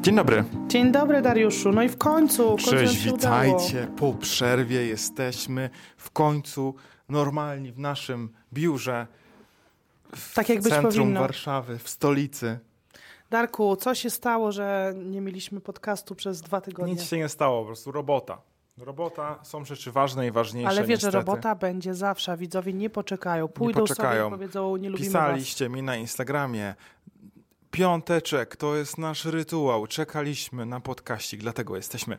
Dzień dobry. Dzień dobry, Dariuszu. No i w końcu. w końcu nam Cześć, się witajcie. Po przerwie jesteśmy w końcu normalni w naszym biurze Udało. Tak jak w być centrum powinno. Warszawy, w stolicy. Darku, co się stało, że nie mieliśmy podcastu przez dwa tygodnie? Nic się nie stało, po prostu robota. Robota, są rzeczy ważne i ważniejsze Ale wiesz, że niestety. robota będzie zawsze. a Widzowie nie poczekają. Pójdą poczekają. sobie i powiedzą, nie lubimy was. Pisaliście mi na Instagramie. Piąteczek to jest nasz rytuał. Czekaliśmy na podkaścik, dlatego jesteśmy.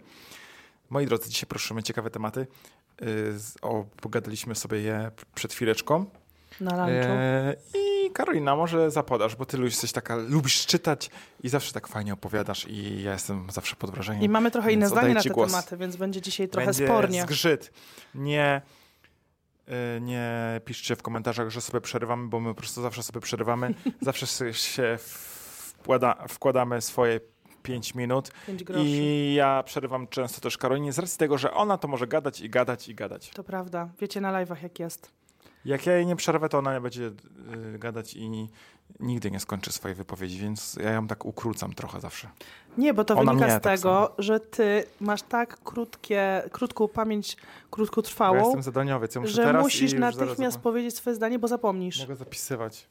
Moi drodzy, dzisiaj prosimy ciekawe tematy. Yy, z- o, pogadaliśmy sobie je p- przed chwileczką. Na lunchu. E, I Karolina, może zapodasz, bo ty lu- jesteś taka, lubisz czytać i zawsze tak fajnie opowiadasz i ja jestem zawsze pod wrażeniem. I mamy trochę inne Więc zdanie oddaję na ci te głos. tematy, więc będzie dzisiaj trochę Będzie spornie. zgrzyt. Nie, y, nie piszcie w komentarzach, że sobie przerywamy, bo my po prostu zawsze sobie przerywamy. zawsze sy- się wkłada, wkładamy swoje 5 minut. Pięć groszy. I ja przerywam często też Karolinie z racji tego, że ona to może gadać i gadać i gadać. To prawda. Wiecie na live'ach jak jest. Jak ja jej nie przerwę, to ona będzie y, gadać i ni- nigdy nie skończy swojej wypowiedzi, więc ja ją tak ukrócam trochę zawsze. Nie, bo to Ona wynika mnie z tak tego, że ty masz tak krótkie, krótką pamięć, Bo ja krótkotrwałą, jestem zadaniowiec, ja muszę że teraz i musisz już zaraz natychmiast zap- powiedzieć swoje zdanie, bo zapomnisz. Mogę zapisywać.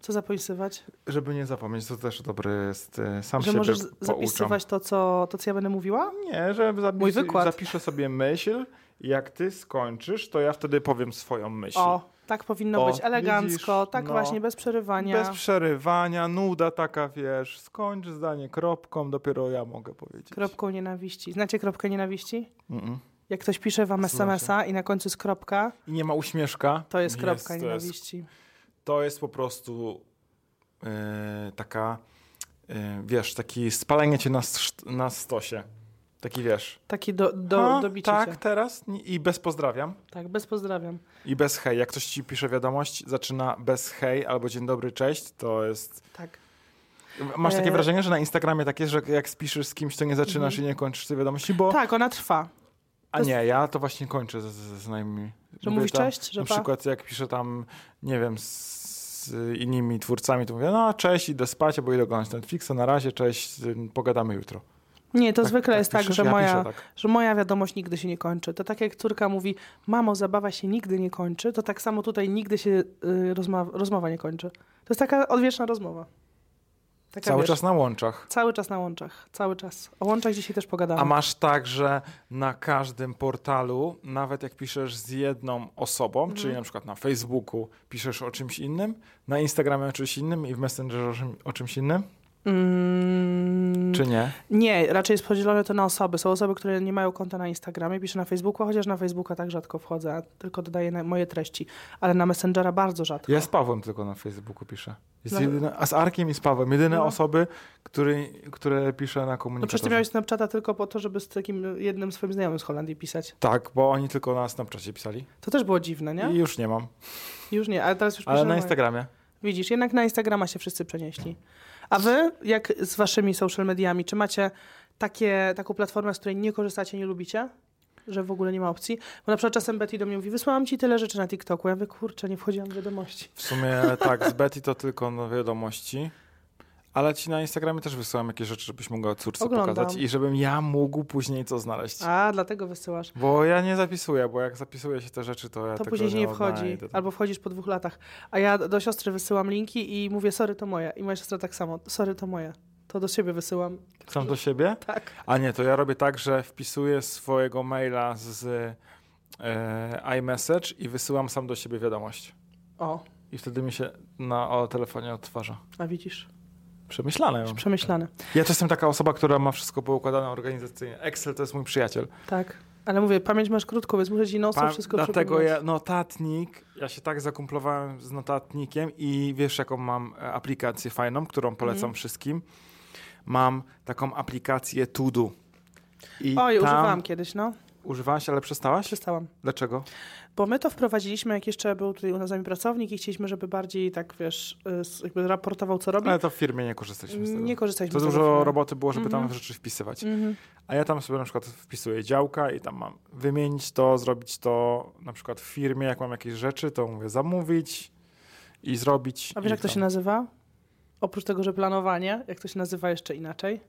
Co zapisywać? Żeby nie zapomnieć, to też dobry jest, y, sam Że siebie możesz z- pouczam. zapisywać to co, to, co ja będę mówiła? Nie, że zapis- Mój wykład. zapiszę sobie myśl i jak ty skończysz, to ja wtedy powiem swoją myśl. O, tak powinno O, być, elegancko, widzisz, tak no. właśnie, bez przerywania. Bez przerywania, nuda taka, wiesz, skończ zdanie kropką, dopiero ja mogę powiedzieć. Kropką nienawiści. Znacie kropkę nienawiści? Mm-mm. Jak ktoś pisze wam Co znaczy? SMS-a i na końcu jest kropka, I nie ma uśmieszka. to jest kropka to jest nienawiści. to jest po prostu yy, taka, yy, wiesz, taki spalenie cię na, szt- na stosie. Taki wiesz. Taki do, do, Ha, dobicie tak, cię. teraz ni- i bez pozdrawiam. tak, bez pozdrawiam. I bez hej. Jak ktoś ci pisze wiadomość, zaczyna bez hej albo dzień dobry, cześć, to jest... Tak. Masz takie E- Mhm. wrażenie, że na Instagramie tak jest, że jak spiszesz z kimś, to nie zaczynasz i nie kończysz tej wiadomości, bo... Tak, ona trwa. A nie, ja to właśnie kończę ze, ze znajomymi. Że Mówię mówisz tam- cześć, że Na pa? przykład jak piszę tam, nie wiem, z innymi twórcami, to mówię, no cześć, idę spać, albo idę oglądać Netflixa, na razie, cześć, y, pogadamy jutro. Nie, to zwykle jest tak, piszesz? że, ja moja, Piszę, tak. że moja wiadomość nigdy się nie kończy. To tak jak córka mówi, mamo, zabawa się nigdy nie kończy, to tak samo tutaj nigdy się y, rozma- rozmowa nie kończy. To jest taka odwieczna rozmowa. Taka, Cały wiesz, czas na łączach. Cały czas na łączach, cały czas. O łączach dzisiaj też pogadamy. A masz tak, że na każdym portalu, nawet jak piszesz z jedną osobą, czyli Mhm. na przykład na Facebooku piszesz o czymś innym, na Instagramie o czymś innym i w Messengerze o, czym, o czymś innym, Mm, czy nie? Nie, raczej jest podzielone to na osoby. Są osoby, które nie mają konta na Instagramie, piszę na Facebooku, chociaż na Facebooka tak rzadko wchodzę, a tylko dodaję na moje treści, ale na Messengera bardzo rzadko. Ja z Pawłem tylko na Facebooku piszę. Jest No. jedyna, a z Arkiem i z Pawłem. Jedyne No. osoby, który, które piszę na No przecież ty komunikatorze. miałeś Snapchata tylko po to, żeby z takim jednym swoim znajomym z Holandii pisać. Tak, bo oni tylko na Snapchacie pisali. To też było dziwne, nie? I już nie mam. Już nie, ale teraz już piszę Ale na moje. Instagramie. Widzisz, jednak na Instagrama się wszyscy przenieśli. A wy, jak z waszymi social mediami, czy macie takie, taką platformę, z której nie korzystacie, nie lubicie? Że w ogóle nie ma opcji? Bo na przykład czasem Betty do mnie mówi, wysłałam ci tyle rzeczy na TikToku. Ja mówię, kurczę, nie wchodziłam w wiadomości. W sumie tak, z Betty to tylko na wiadomości. Ale ci na Instagramie też wysyłam jakieś rzeczy, żebyś mogła córce Oglądam. pokazać i żebym ja mógł później co znaleźć. A, dlatego wysyłasz. Bo ja nie zapisuję, bo jak zapisuje się te rzeczy, to ja To tego później się nie wchodzi. odnajdę. Albo wchodzisz po dwóch latach. A ja do siostry wysyłam linki i mówię, sorry, to moje. I moja siostra tak samo, sorry, to moje. To do siebie wysyłam. Sam do siebie? Tak. A nie, to ja robię tak, że wpisuję swojego maila z e, iMessage i wysyłam sam do siebie wiadomość. O, I wtedy mi się na o telefonie odtwarza. a widzisz? Przemyślane. ją. Przemyślane. Ja też jestem taka osoba, która ma wszystko poukładane organizacyjnie. Excel to jest mój przyjaciel. Tak. Ale mówię, pamięć masz krótką, więc muszę ci nosem Pa- wszystko dlatego przypominać. ja, notatnik, ja się tak zakumplowałem z notatnikiem i wiesz jaką mam e, aplikację fajną, Mhm. którą polecam wszystkim. Mam taką aplikację Tudu. I Oj, tam... używałam kiedyś, no. Używałaś, ale przestałaś? Przestałam. Dlaczego? Bo my to wprowadziliśmy, jak jeszcze był tutaj u nas z nami pracownik i chcieliśmy, żeby bardziej tak, wiesz, y, s- jakby raportował, co robi. No, Ale to w firmie nie korzystaliśmy z tego. Nie korzystaliśmy to z tego dużo filmu. roboty było, żeby tam rzeczy wpisywać. Mhm. A ja tam sobie na przykład wpisuję działka i tam mam wymienić to, zrobić to na przykład w firmie, jak mam jakieś rzeczy, to mówię zamówić i zrobić. A i wiesz, jak to tam. się nazywa? Oprócz tego, że planowanie, jak to się nazywa jeszcze inaczej?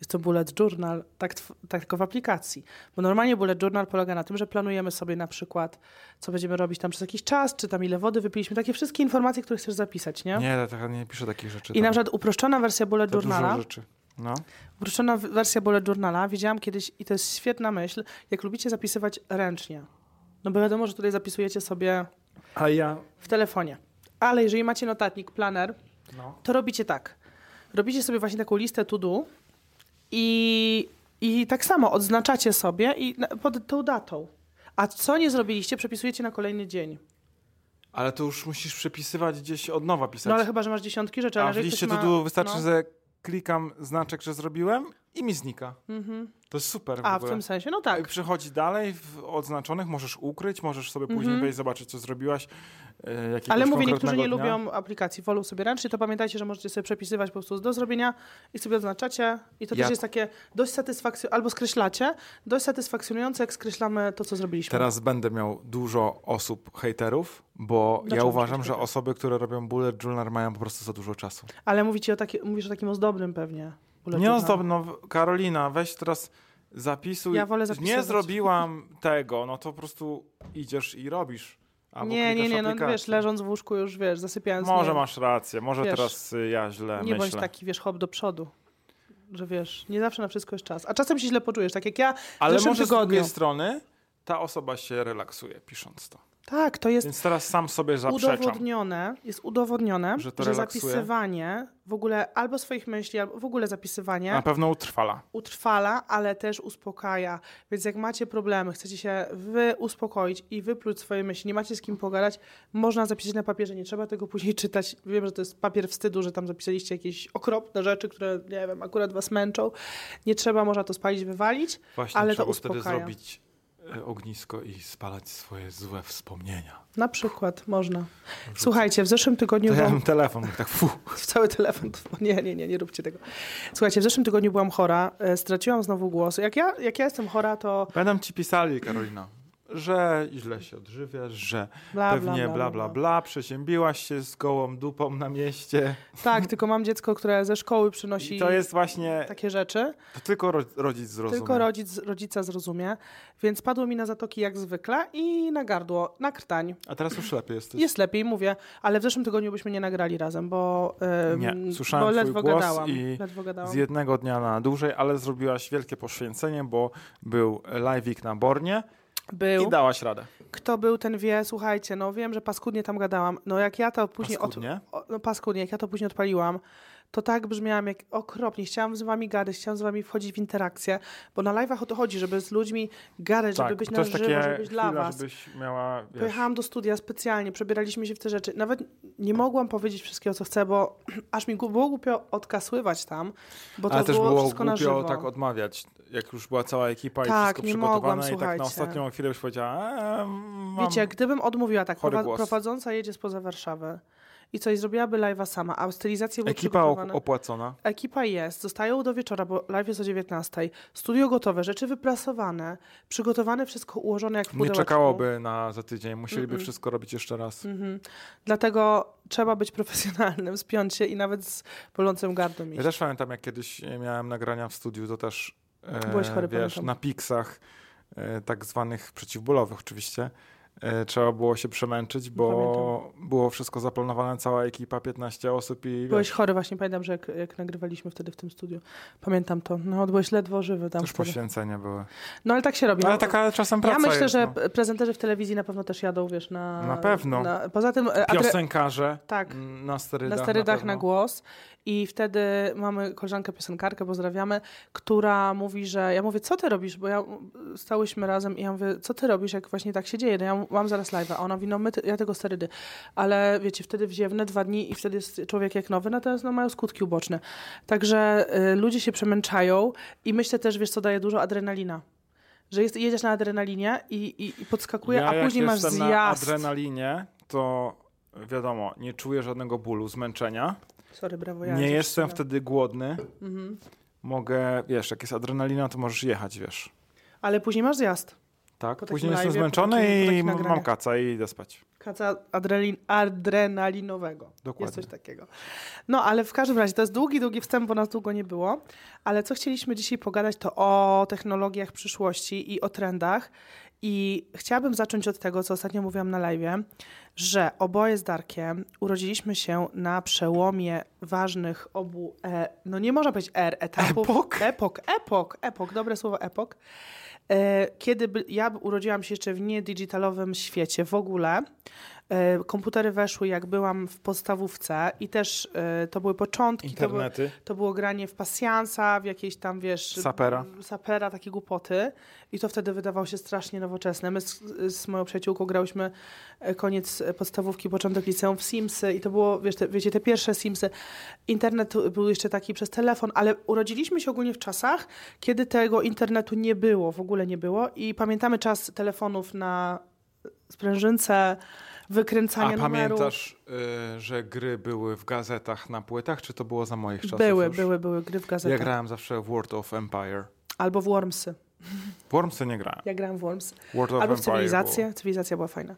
Jest to Bullet Journal, tak, tw- tak tylko w aplikacji. Bo normalnie Bullet Journal polega na tym, że planujemy sobie na przykład, co będziemy robić tam przez jakiś czas, czy tam ile wody wypiliśmy, takie wszystkie informacje, które chcesz zapisać, nie? Nie, ja tak nie piszę takich rzeczy. I na tam. przykład uproszczona wersja Bullet To dużo Journala. rzeczy. No. Uproszczona w- wersja bullet journala widziałam kiedyś i to jest świetna myśl, jak lubicie zapisywać ręcznie. No bo wiadomo, że tutaj zapisujecie sobie A ja... w telefonie. Ale jeżeli macie notatnik, planer, No. to robicie tak. Robicie sobie właśnie taką listę to do i, i tak samo odznaczacie sobie i na- pod tą datą. A co nie zrobiliście, przepisujecie na kolejny dzień. No Ale to już musisz przepisywać gdzieś od nowa pisać. No ale chyba, że masz dziesiątki rzeczy. Tak. A Ale w jeżeli liście ktoś ma, to wystarczy, no. że klikam znaczek, że zrobiłem i mi znika. To jest super w Mhm. A, w ogóle. tym sensie, no I tak. przechodzi dalej w odznaczonych, możesz ukryć, możesz sobie później wejść, zobaczyć, co zrobiłaś. e, jakiegoś Mhm. Ale mówię, niektórzy konkretnego nie dnia. lubią aplikacji, wolą sobie ręcznie, to pamiętajcie, że możecie sobie przepisywać po prostu do zrobienia i sobie odznaczacie. I to Ja- też jest takie dość satysfakcjonujące, albo skreślacie, dość satysfakcjonujące, jak skreślamy to, co zrobiliśmy. Teraz będę miał dużo osób hejterów, bo Dlaczego ja musi uważam, być że hejter? osoby, które robią bullet journal mają po prostu za dużo czasu. Ale mówicie o taki, mówisz o takim ozdobnym pewnie. bullet Nie no, journalu. stop, no w- Karolina, weź teraz zapisuj. Ja wolę nie zapisywać. zrobiłam tego, no to po prostu idziesz i robisz. Albo Nie, nie, klikasz nie, no aplikację. wiesz, leżąc w łóżku już, wiesz, zasypiając. Może nie, masz rację, może Wiesz, teraz y, ja źle Nie bądź myślę. taki, wiesz, hop do przodu. Że wiesz, nie zawsze na wszystko jest czas. A czasem się źle poczujesz, tak jak ja. Ale zeszłym może z tygodniu. drugiej strony ta osoba się relaksuje pisząc to. Tak, to jest Więc teraz sam sobie zaprzeczam. udowodnione, jest udowodnione, Że że, to relaksuje? zapisywanie w ogóle albo swoich myśli, albo w ogóle zapisywanie Na pewno utrwala. utrwala, ale też uspokaja. Więc jak macie problemy, chcecie się wy uspokoić i wypluć swoje myśli, nie macie z kim pogadać, można zapisać na papierze, nie trzeba tego później czytać. Wiem, że to jest papier wstydu, że tam zapisaliście jakieś okropne rzeczy, które, nie wiem, akurat was męczą. Nie trzeba, można to spalić, wywalić, Właśnie ale trzeba to wtedy uspokaja. zrobić e, ognisko i spalać swoje złe wspomnienia. Na przykład, można. Słuchajcie, w zeszłym tygodniu... To ja wam- mam telefon, tak fu. w cały telefon. Nie, nie, nie, nie róbcie tego. Słuchajcie, w zeszłym tygodniu byłam chora, e, straciłam znowu głos. Jak ja, jak ja jestem chora, to Będą ci pisali, Karolina, że źle się odżywiasz, że bla, bla, pewnie bla, bla, bla, bla, przeziębiłaś się z gołą dupą na mieście. Tak, tylko mam dziecko, które ze szkoły przynosi I to jest właśnie, takie rzeczy. to tylko ro- rodzic zrozumie. tak- Tylko rodzic, rodzica zrozumie. Więc padło mi na zatoki jak zwykle i na gardło, na krtań. A teraz już lepiej jesteś. Jest lepiej, mówię, ale w zeszłym tygodniu byśmy nie nagrali razem, bo, em, Nie, słyszałem bo twój ledwo, głos gadałam, i ledwo Z gadałam. jednego dnia na dłużej, ale zrobiłaś wielkie poświęcenie, bo był live'ik na Bornie Był. i dałaś radę. Kto był, ten wie, słuchajcie, no wiem, że paskudnie tam gadałam. No jak ja to później od, Paskudnie? o, no paskudnie, jak ja to później odpaliłam, to tak brzmiałam jak okropnie. Chciałam z wami gadać, chciałam z wami wchodzić w interakcję, bo na live'ach o to chodzi, żeby z ludźmi gadać, żeby być Tak, to na jest żywo, takie żeby być dla chwila, was. żebyś miała, wiesz, Pojechałam do studia specjalnie, przebieraliśmy się w te rzeczy. Nawet nie Tak. mogłam powiedzieć wszystkiego, co chcę, bo aż mi gu- było głupio odkasływać tam, bo to ale też było, było wszystko na głupio żywo. tak odmawiać, jak już była cała ekipa i Tak, wszystko nie przygotowane mogłam, i tak słuchajcie. na ostatnią chwilę już powiedziała, eee, mam... Wiecie, gdybym odmówiła tak, chory prowa- głos. prowadząca jedzie spoza Warszawy i coś zrobiłaby live'a sama, a stylizacje były ekipa przygotowane. op- opłacona. Ekipa jest, zostają do wieczora, bo live jest o 19. Studio gotowe, rzeczy wyprasowane, przygotowane, wszystko ułożone jak w Nie pudełeczku. czekałoby na za tydzień, musieliby wszystko robić jeszcze raz. Dlatego trzeba być profesjonalnym, spiąć się i nawet z bolącym gardłem iść. Ja też pamiętam, jak kiedyś e, miałem nagrania w studiu, to też e, Byłeś chory, wiesz, pamiętam. na piksach e, tak zwanych przeciwbólowych oczywiście. E, trzeba było się No przemęczyć, bo było wszystko zaplanowane, cała ekipa, 15 osób i Byłeś wiesz, chory właśnie, pamiętam, że jak, jak nagrywaliśmy wtedy w tym studiu. Pamiętam to. No, byłeś ledwo żywy tam też wtedy. poświęcenia były. No, ale tak się robi. Ale No, taka czasem praca ja myślę, jest, że no. p- prezenterzy w telewizji na pewno też jadą, wiesz, na... Na pewno. Na, poza tym... e, adre- Piosenkarze Tak. m, na sterydach na sterydach na, pewno. głos i wtedy mamy koleżankę piosenkarkę, pozdrawiamy, która mówi, że ja mówię, co ty robisz, bo ja stałyśmy razem i ja mówię, co ty robisz, jak właśnie tak się dzieje, no ja mam zaraz live'a, a ona mówi, no my, ty- ja tego sterydy, ale wiecie, wtedy wziewne dwa dni i wtedy jest człowiek jak nowy, natomiast no mają skutki uboczne. Także y, ludzie się przemęczają i myślę też, wiesz co daje dużo, adrenalina. Że jest, jedziesz na adrenalinie i, i, i podskakuje, ja a jak później masz jestem zjazd. na adrenalinie, to wiadomo, nie czuję żadnego bólu, zmęczenia. Sorry, brawo, ja Nie coś jestem strzelam. wtedy głodny. Mhm. Mogę, wiesz, jak jest adrenalina, to możesz jechać, wiesz. Ale później masz zjazd. Tak? Po takim Później jestem live'ie, po zmęczony takim- po i takich m- mam nagraniach. kaca i idę spać. kaca adrenalin, adrenalinowego. Dokładnie. Jest coś takiego. No, ale w każdym razie to jest długi, długi wstęp, bo nas długo nie było. Ale co chcieliśmy dzisiaj pogadać, to o technologiach przyszłości i o trendach. I chciałabym zacząć od tego, co ostatnio mówiłam na live, że oboje z Darkiem urodziliśmy się na przełomie ważnych obu, e, no nie można powiedzieć er, etapów. Epok? Epok, epok, epok, dobre słowo epok. E, Kiedy by, ja urodziłam się jeszcze w niedigitalowym świecie w ogóle, E, komputery weszły jak byłam w podstawówce i też e, to były początki, to, były, Internety. to było granie w pasjansa, w jakieś tam, wiesz... Sapera. Sapera, takie głupoty. I to wtedy wydawało się strasznie nowoczesne. My z, z moją przyjaciółką grałyśmy e, koniec podstawówki, początek liceum w Simsy i to było, wiesz, te, wiecie, te pierwsze Simsy. Internet był jeszcze taki przez telefon, ale urodziliśmy się ogólnie w czasach, kiedy tego internetu nie było, w ogóle nie było i pamiętamy czas telefonów na sprężynce, wykręcania A numerów. pamiętasz, y, że gry były w gazetach na płytach, czy to było za moich czasów Były, już? były, były gry w Ja gazetach. grałem zawsze w World of Empire. Albo w Wormsy. W Wormsy nie grałem. Ja grałam w Worms. World of Albo w Empire cywilizację. Cywilizacja była fajna.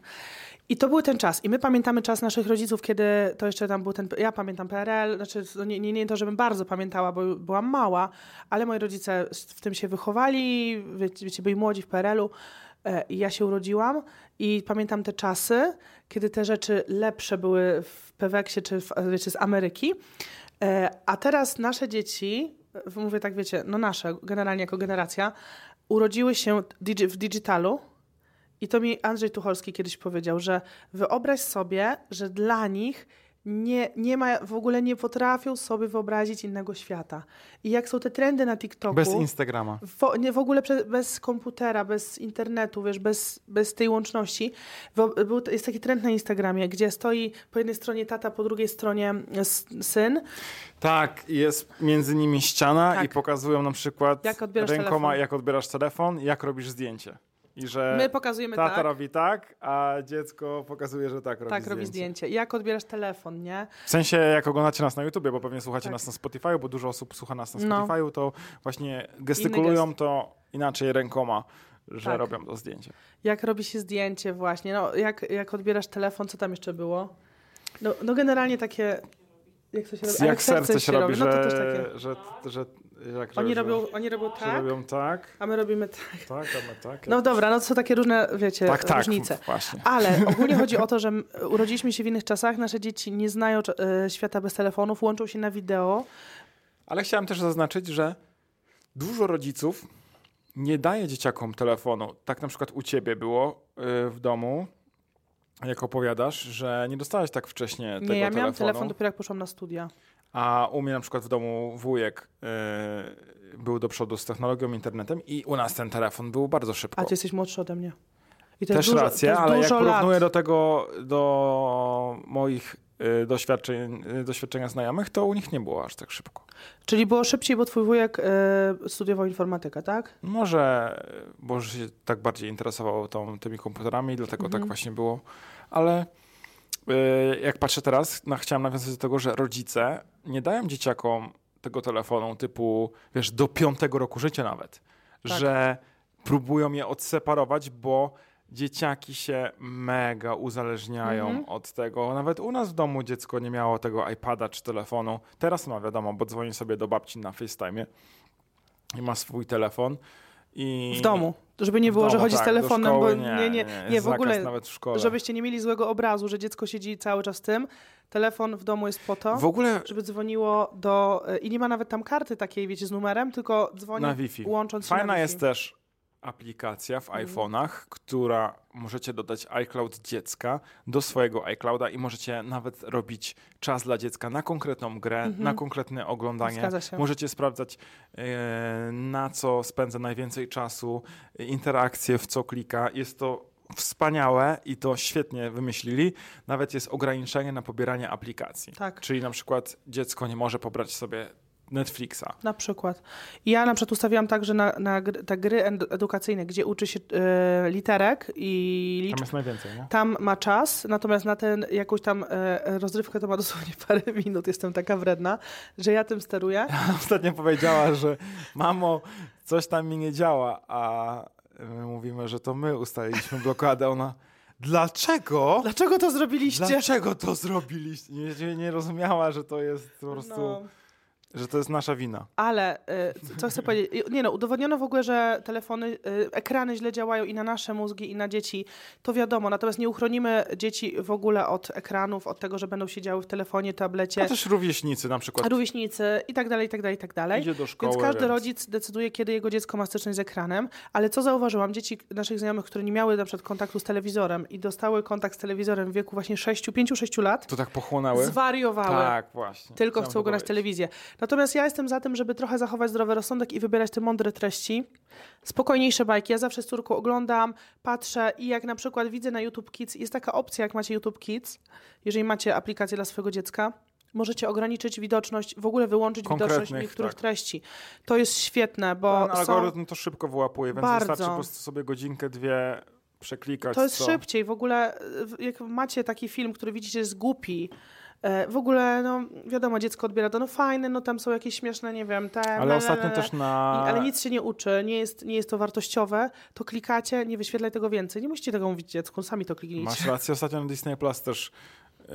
I to był ten czas. I my pamiętamy czas naszych rodziców, kiedy to jeszcze tam był ten. Ja pamiętam PRL, znaczy no nie, nie, nie to, żebym bardzo pamiętała, bo byłam mała, ale moi rodzice s- w tym się wychowali, wiecie, wiecie byli młodzi w PRL-u. e, I ja się urodziłam i pamiętam te czasy, kiedy te rzeczy lepsze były w Peweksie czy w, wiecie, z Ameryki. E, A teraz nasze dzieci, w- mówię tak, wiecie, no nasze, generalnie jako generacja, urodziły się digi- w digitalu. I to mi Andrzej Tucholski kiedyś powiedział, że wyobraź sobie, że dla nich nie, nie ma, w ogóle nie potrafią sobie wyobrazić innego świata. I jak są te trendy na Było. TikToku. Bez Instagrama. Wo, nie, w ogóle prze, bez komputera, bez internetu, wiesz, bez, bez tej łączności. Wo, był, jest taki trend na Instagramie, gdzie stoi po jednej stronie tata, po drugiej stronie s, syn. Tak, jest między nimi ściana Tak. i pokazują na przykład Jak odbierasz rękoma, telefon. jak odbierasz telefon, jak robisz zdjęcie. I że My pokazujemy E, tata tak, robi tak, a dziecko pokazuje, że tak robi tak zdjęcie. robi zdjęcie. Jak odbierasz telefon, nie? W sensie, jak oglądacie nas na YouTubie, bo pewnie słuchacie Tak. nas na Spotify, bo dużo osób słucha nas na No. Spotify, to właśnie gestykulują gest. to inaczej rękoma, że Tak. robią to zdjęcie. Jak robi się zdjęcie właśnie, no jak, jak odbierasz telefon, co tam jeszcze było? No, no generalnie takie... Jak, coś robi, Jak, a serce, się robi, no to że, też takie. że, że, że jak Oni że, robią, oni robią że tak, robią tak, a my robimy tak. tak, a my tak. No dobra, no to są takie różne, wiecie, tak, tak, różnice. właśnie. Ale ogólnie chodzi o to, że m- urodziliśmy się w innych czasach, nasze dzieci nie znają cza- e, świata bez telefonów, łączą się na wideo. Ale chciałem też zaznaczyć, że dużo rodziców nie daje dzieciakom telefonu. Tak na przykład u ciebie było y, w domu, jak opowiadasz, że nie dostałaś tak wcześnie tego Nie, ja miałam telefonu. telefon dopiero jak poszłam na studia. A u mnie na przykład w domu wujek y, był do przodu z technologią, internetem i u nas ten telefon był bardzo szybko. A ty jesteś młodszy ode mnie. I to Też jest dużo, rację, to jest ale jak dużo porównuję lat. do tego, do moich y, doświadczeń, y, doświadczenia znajomych, to u nich nie było aż tak szybko. Czyli było szybciej, bo twój wujek e, studiował informatykę, tak? Może, y, bo się tak bardziej interesował tą, tymi komputerami, dlatego tak właśnie było, ale y, jak patrzę teraz, no, chciałem nawiązać do tego, że rodzice nie dają dzieciakom tego telefonu typu, wiesz, do piątego roku życia nawet, Tak. że próbują je odseparować, bo dzieciaki się mega uzależniają Mhm. od tego. Nawet u nas w domu dziecko nie miało tego iPada czy telefonu. Teraz ma wiadomo, bo dzwoni sobie do babci na FaceTime i ma swój telefon. I W domu. Żeby nie było, w że domu, chodzi tak, do z telefonem, szkoły bo nie, nie, nie, jest w ogóle, zakaz nawet w szkole. żebyście nie mieli złego obrazu, że dziecko siedzi cały czas z tym. Telefon w domu jest po to, W ogóle żeby dzwoniło do... e, I nie ma nawet tam karty takiej, wiecie, z numerem, tylko dzwoni na Wi-Fi. łącząc się na Fajna Wi-Fi. Mhm. jest też aplikacja w iPhone'ach, która możecie dodać iCloud dziecka do swojego iClouda i możecie nawet robić czas dla dziecka na konkretną grę, na konkretne oglądanie. Mhm. Zgadza się. Możecie sprawdzać, e, na co spędza najwięcej czasu, e, interakcje, w co klika. Jest to wspaniałe i to świetnie wymyślili. Nawet jest ograniczenie na pobieranie aplikacji. Tak. Czyli na przykład dziecko nie może pobrać sobie Netflixa. Na przykład. Ja na przykład ustawiłam tak, że na, na gry, te gry edu- edukacyjne, gdzie uczy się e, literek i Tam liczb, jest najwięcej, nie? tam ma czas, natomiast na tę jakąś tam e, rozrywkę to ma dosłownie parę minut. Jestem taka wredna, że ja tym steruję. Ostatnio powiedziała, że mamo, coś tam mi nie działa, a my mówimy, że to my ustaliliśmy blokadę. Ona, Dlaczego? Dlaczego to zrobiliście? Dlaczego to zrobiliście? Nie, nie, nie rozumiała, że to jest po prostu, No. że to jest nasza wina. Ale y, co chcę powiedzieć? y, Nie no, udowodniono w ogóle, że telefony, y, ekrany źle działają i na nasze mózgi, i na dzieci. To wiadomo, natomiast nie uchronimy dzieci w ogóle od ekranów, od tego, że będą siedziały w telefonie, tablecie, A też rówieśnicy na przykład. rówieśnicy i tak dalej, i tak dalej, i tak dalej. Idzie do szkoły, Więc każdy więc- rodzic decyduje, kiedy jego dziecko ma styczność z ekranem, ale co zauważyłam, dzieci naszych znajomych, które nie miały na przykład kontaktu z telewizorem i dostały kontakt z telewizorem w wieku właśnie 6, 5-6 lat, To tak pochłonęły? zwariowały. Tak, właśnie. Tylko Chciałem chcą to oglądać powiedzieć. telewizję. Natomiast ja jestem za tym, żeby trochę zachować zdrowy rozsądek i wybierać te mądre treści. Spokojniejsze bajki. Ja zawsze z córką oglądam, patrzę i jak na przykład widzę na YouTube Kids, jest taka opcja, jak macie YouTube Kids, jeżeli macie aplikację dla swojego dziecka, możecie ograniczyć widoczność, w ogóle wyłączyć widoczność Konkretnych, niektórych tak. treści. To jest świetne, bo Ten są, algorytm to szybko wyłapuje, więc Bardzo. wystarczy po prostu sobie godzinkę, dwie przeklikać. to jest co. szybciej. W ogóle y, w- jak macie taki film, który widzicie jest głupi, e, w ogóle, no wiadomo, dziecko odbiera to, no fajne, no tam są jakieś śmieszne, nie wiem, te... Ale le, le, ostatnio le, le. też na... I, ale nic się nie uczy, nie jest, nie jest to wartościowe, to klikacie, nie wyświetlaj tego więcej. Nie musicie tego mówić dziecku, sami to kliknijcie. Masz rację, ostatnio na Disney Plus też y,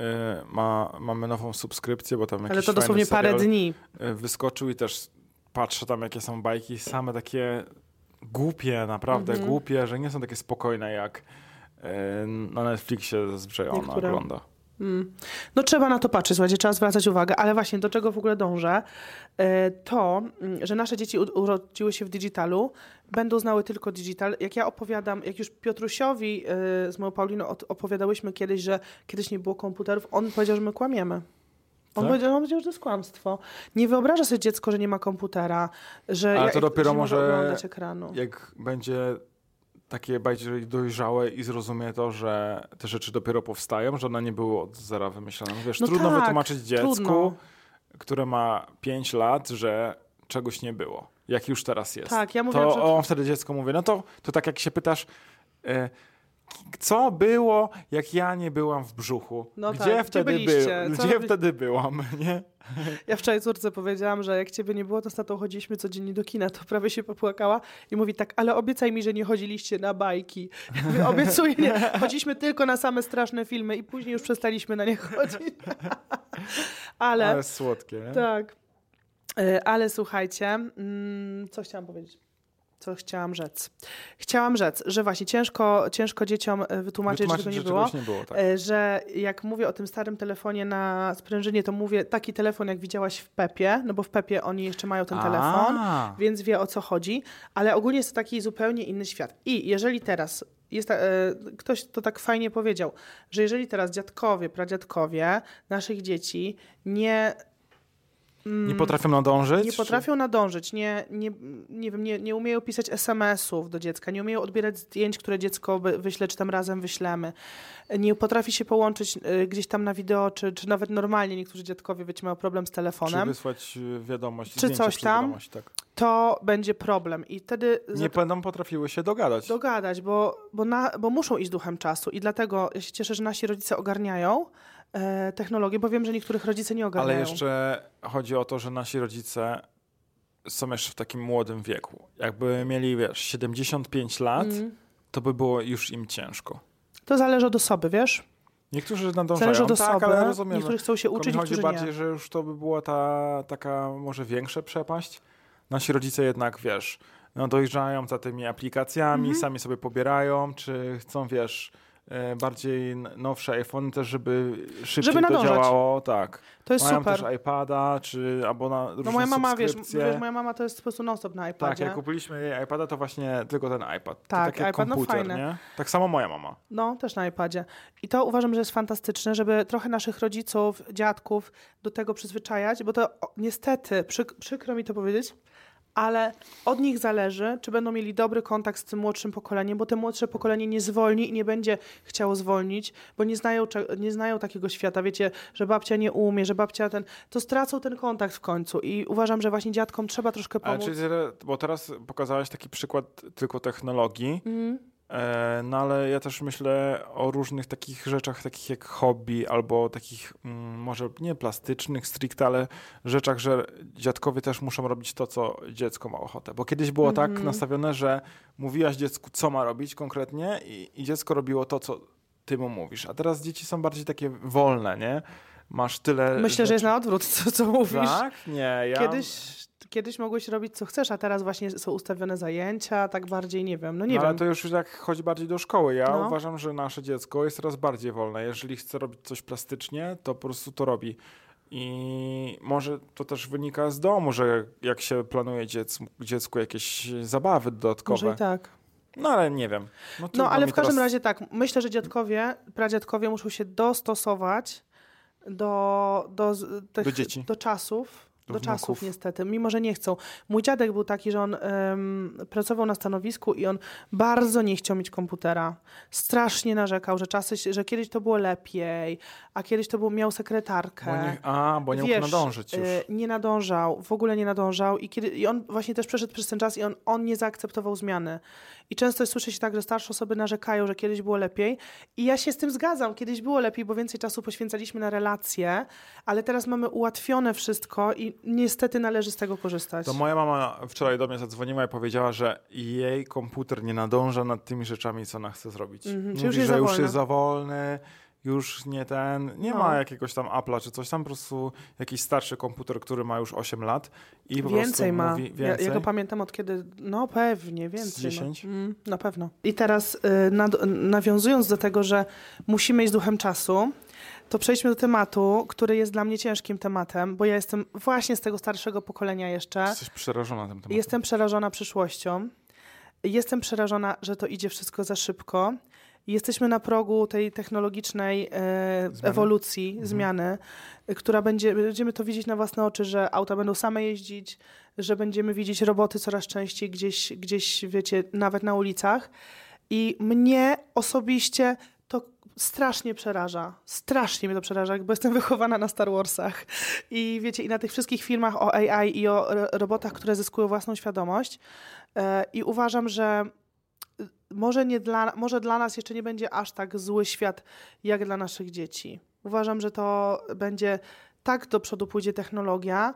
ma, mamy nową subskrypcję, bo tam jakiś Ale to fajny dosłownie parę serial, dni. y, wyskoczył i też patrzę tam, jakie są bajki, same takie głupie, naprawdę Mhm. głupie, że nie są takie spokojne jak y, na Netflixie zazwyczaj ona Niektóre. ogląda. No trzeba na to patrzeć, słuchajcie, trzeba zwracać uwagę, ale właśnie do czego w ogóle dążę, E, to, mm, że nasze dzieci u- urodziły się w digitalu, będą znały tylko digital. Jak ja opowiadam, jak już Piotrusiowi e, z moją Pauliną od- opowiadałyśmy kiedyś, że kiedyś nie było komputerów, on powiedział, że my kłamiemy. On Tak? powiedział, on powiedział, że to jest kłamstwo. Nie wyobraża sobie dziecko, że nie ma komputera, że, Ale ja- to dopiero że nie może może- oglądać ekranu. Jak będzie takie bardziej dojrzałe i zrozumie to, że te rzeczy dopiero powstają, że one nie były od zera wymyślone. No Wiesz, No trudno tak, wytłumaczyć dziecku, trudno. które ma 5 lat, że czegoś nie było, jak już teraz jest. Tak, ja mówię to że... on wtedy dziecko mówi, no to, to tak jak się pytasz, e, co było, jak ja nie byłam w brzuchu? No gdzie tak, gdzie wtedy byliście? Co Gdzie robi- wtedy byłam, nie? Ja wczoraj córce powiedziałam, że jak ciebie nie było, to z tatą chodziliśmy codziennie do kina, to prawie się popłakała i mówi tak, ale obiecaj mi, że nie chodziliście na bajki. Ja mówię, Obiecuję, nie. Chodziliśmy tylko na same straszne filmy i później już przestaliśmy na nie chodzić. Ale, Ale słodkie, nie? tak. Y, Ale słuchajcie, mm, co chciałam powiedzieć? Co chciałam rzec? Chciałam rzec, że właśnie ciężko, ciężko dzieciom y, wytłumaczyć, że tego nie że było. czegoś nie było, tak. E, że jak mówię o tym starym telefonie na sprężynie, to mówię taki telefon, jak widziałaś w Pepie, no bo w Pepie oni jeszcze mają ten telefon, A. więc wie o co chodzi, ale ogólnie jest to taki zupełnie inny świat. I jeżeli teraz, jest, ta- e, ktoś to tak fajnie powiedział, że jeżeli teraz dziadkowie, pradziadkowie naszych dzieci nie Nie potrafią nadążyć? mm, nie potrafią nadążyć, nie, nie, nie, wiem, nie, nie umieją pisać SMS-ów do dziecka, nie umieją odbierać zdjęć, które dziecko wy- wyśle, czy tam razem wyślemy. Nie potrafi się połączyć y, gdzieś tam na wideo, czy, czy nawet normalnie niektórzy dziadkowie, wiecie, mają problem z Czy telefonem, wysłać y, wiadomość, Czy zdjęcie coś przez tam? Wiadomość, tak. to będzie problem. I wtedy Nie będą potrafiły się dogadać. dogadać, bo, bo, na, bo muszą iść z duchem czasu i dlatego ja się cieszę, że nasi rodzice ogarniają e, technologię, bo wiem, że niektórych rodzice nie ogarniają. Ale jeszcze chodzi o to, że nasi rodzice są jeszcze w takim młodym wieku. Jakby mieli, wiesz, 75 lat, Mm. to by było już im ciężko. To zależy od osoby, wiesz? Niektórzy nadążają, Zależy od tak, osoby. ale rozumiem. że- niektórych chcą się Tylko uczyć, mi chodzi niektórzy bardziej, nie. że już to by była ta taka może większa przepaść. Nasi rodzice jednak, wiesz, no dojeżdżają za tymi aplikacjami, Mhm. sami sobie pobierają, czy chcą, wiesz, e, bardziej n- nowsze iPhone też, żeby szybciej Żeby to nadążać. działało, tak. To jest Mają super. też iPada, czy albo na różne No moja mama, wiesz, subskrypcje. wiesz, moja mama to jest po prostu non-stop na tak, iPadzie. jak kupiliśmy jej iPada, to właśnie tylko ten iPad. to Tak, tak jak iPad, no komputer, fajne. nie? Tak samo moja mama. No, też na iPadzie. I to uważam, że jest fantastyczne, żeby trochę naszych rodziców, dziadków do tego przyzwyczajać, bo to o, niestety, przyk- przykro mi to powiedzieć, ale od nich zależy, czy będą mieli dobry kontakt z tym młodszym pokoleniem, bo to młodsze pokolenie nie zwolni i nie będzie chciało zwolnić, bo nie znają, cze- nie znają takiego świata. Wiecie, że babcia nie umie, że babcia ten. To stracą ten kontakt w końcu. I uważam, że właśnie dziadkom trzeba troszkę Ale pomóc. czyli, tyle- bo teraz pokazałeś taki przykład tylko technologii, Mhm. E, No ale ja też myślę o różnych takich rzeczach, takich jak hobby, albo takich mm, może nie plastycznych stricte, ale rzeczach, że dziadkowie też muszą robić to, co dziecko ma ochotę. Bo kiedyś było Mhm. tak nastawione, że mówiłaś dziecku, co ma robić konkretnie i, i dziecko robiło to, co ty mu mówisz. A teraz dzieci są bardziej takie wolne, nie? Masz tyle. Myślę, że jest na odwrót, co, co mówisz. Tak? Nie, ja. Kiedyś, kiedyś mogłeś robić co chcesz, a teraz właśnie są ustawione zajęcia, tak bardziej nie wiem. No nie no, wiem. Ale to już jak chodzi bardziej do szkoły. Ja No. uważam, że nasze dziecko jest coraz bardziej wolne. Jeżeli chce robić coś plastycznie, to po prostu to robi. I może to też wynika z domu, że jak się planuje dziec, dziecku jakieś zabawy dodatkowe. Może i tak. No ale nie wiem. No trudno ale mi w każdym teraz- razie tak, myślę, że dziadkowie, pradziadkowie muszą się dostosować do, do, z- tych, Do dzieci. do czasów. Do Do, wnuków. czasów niestety, mimo że nie chcą. Mój dziadek był taki, że on em, pracował na stanowisku i on bardzo nie chciał mieć komputera. Strasznie narzekał, że czasy, się- że kiedyś to było lepiej, a kiedyś to było, miał sekretarkę. Bo nie, a, bo nie mógł Wiesz, nadążyć już. y, Nie nadążał, w ogóle nie nadążał i, kiedy, i on właśnie też przeszedł przez ten czas i on, on nie zaakceptował zmiany. I często słyszy się tak, że starsze osoby narzekają, że kiedyś było lepiej i ja się z tym zgadzam, kiedyś było lepiej, bo więcej czasu poświęcaliśmy na relacje, ale teraz mamy ułatwione wszystko i niestety należy z tego korzystać. To moja mama wczoraj do mnie zadzwoniła i powiedziała, że jej komputer nie nadąża nad tymi rzeczami, co ona chce zrobić. Mhm, czy Mówi, już jest że za już wolny. jest za wolny, już nie ten, nie No. ma jakiegoś tam Apple'a czy coś tam, po prostu jakiś starszy komputer, który ma już 8 lat i po Więcej prostu ma. mówi Ja, więcej. ja go pamiętam od kiedy. No pewnie, więcej. Z 10? Ma. Mm, na pewno. I teraz y, nad, nawiązując do tego, że musimy iść z duchem czasu, to przejdźmy do tematu, który jest dla mnie ciężkim tematem, bo ja jestem właśnie z tego starszego pokolenia jeszcze. Jesteś przerażona tym tematem. Jestem przerażona przyszłością. Jestem przerażona, że to idzie wszystko za szybko. Jesteśmy na progu tej technologicznej e, Zmiany? ewolucji, zmiany, y, która będzie, będziemy to widzieć na własne oczy, że auta będą same jeździć, że będziemy widzieć roboty coraz częściej gdzieś, gdzieś wiecie, nawet na ulicach. I mnie osobiście to strasznie przeraża. Strasznie mnie to przeraża, bo jestem wychowana na Star Warsach. I wiecie, i na tych wszystkich filmach o AI i o ro- robotach, które zyskują własną świadomość. E, I uważam, że y, może, nie dla, może dla nas jeszcze nie będzie aż tak zły świat, jak dla naszych dzieci. Uważam, że to będzie tak do przodu pójdzie technologia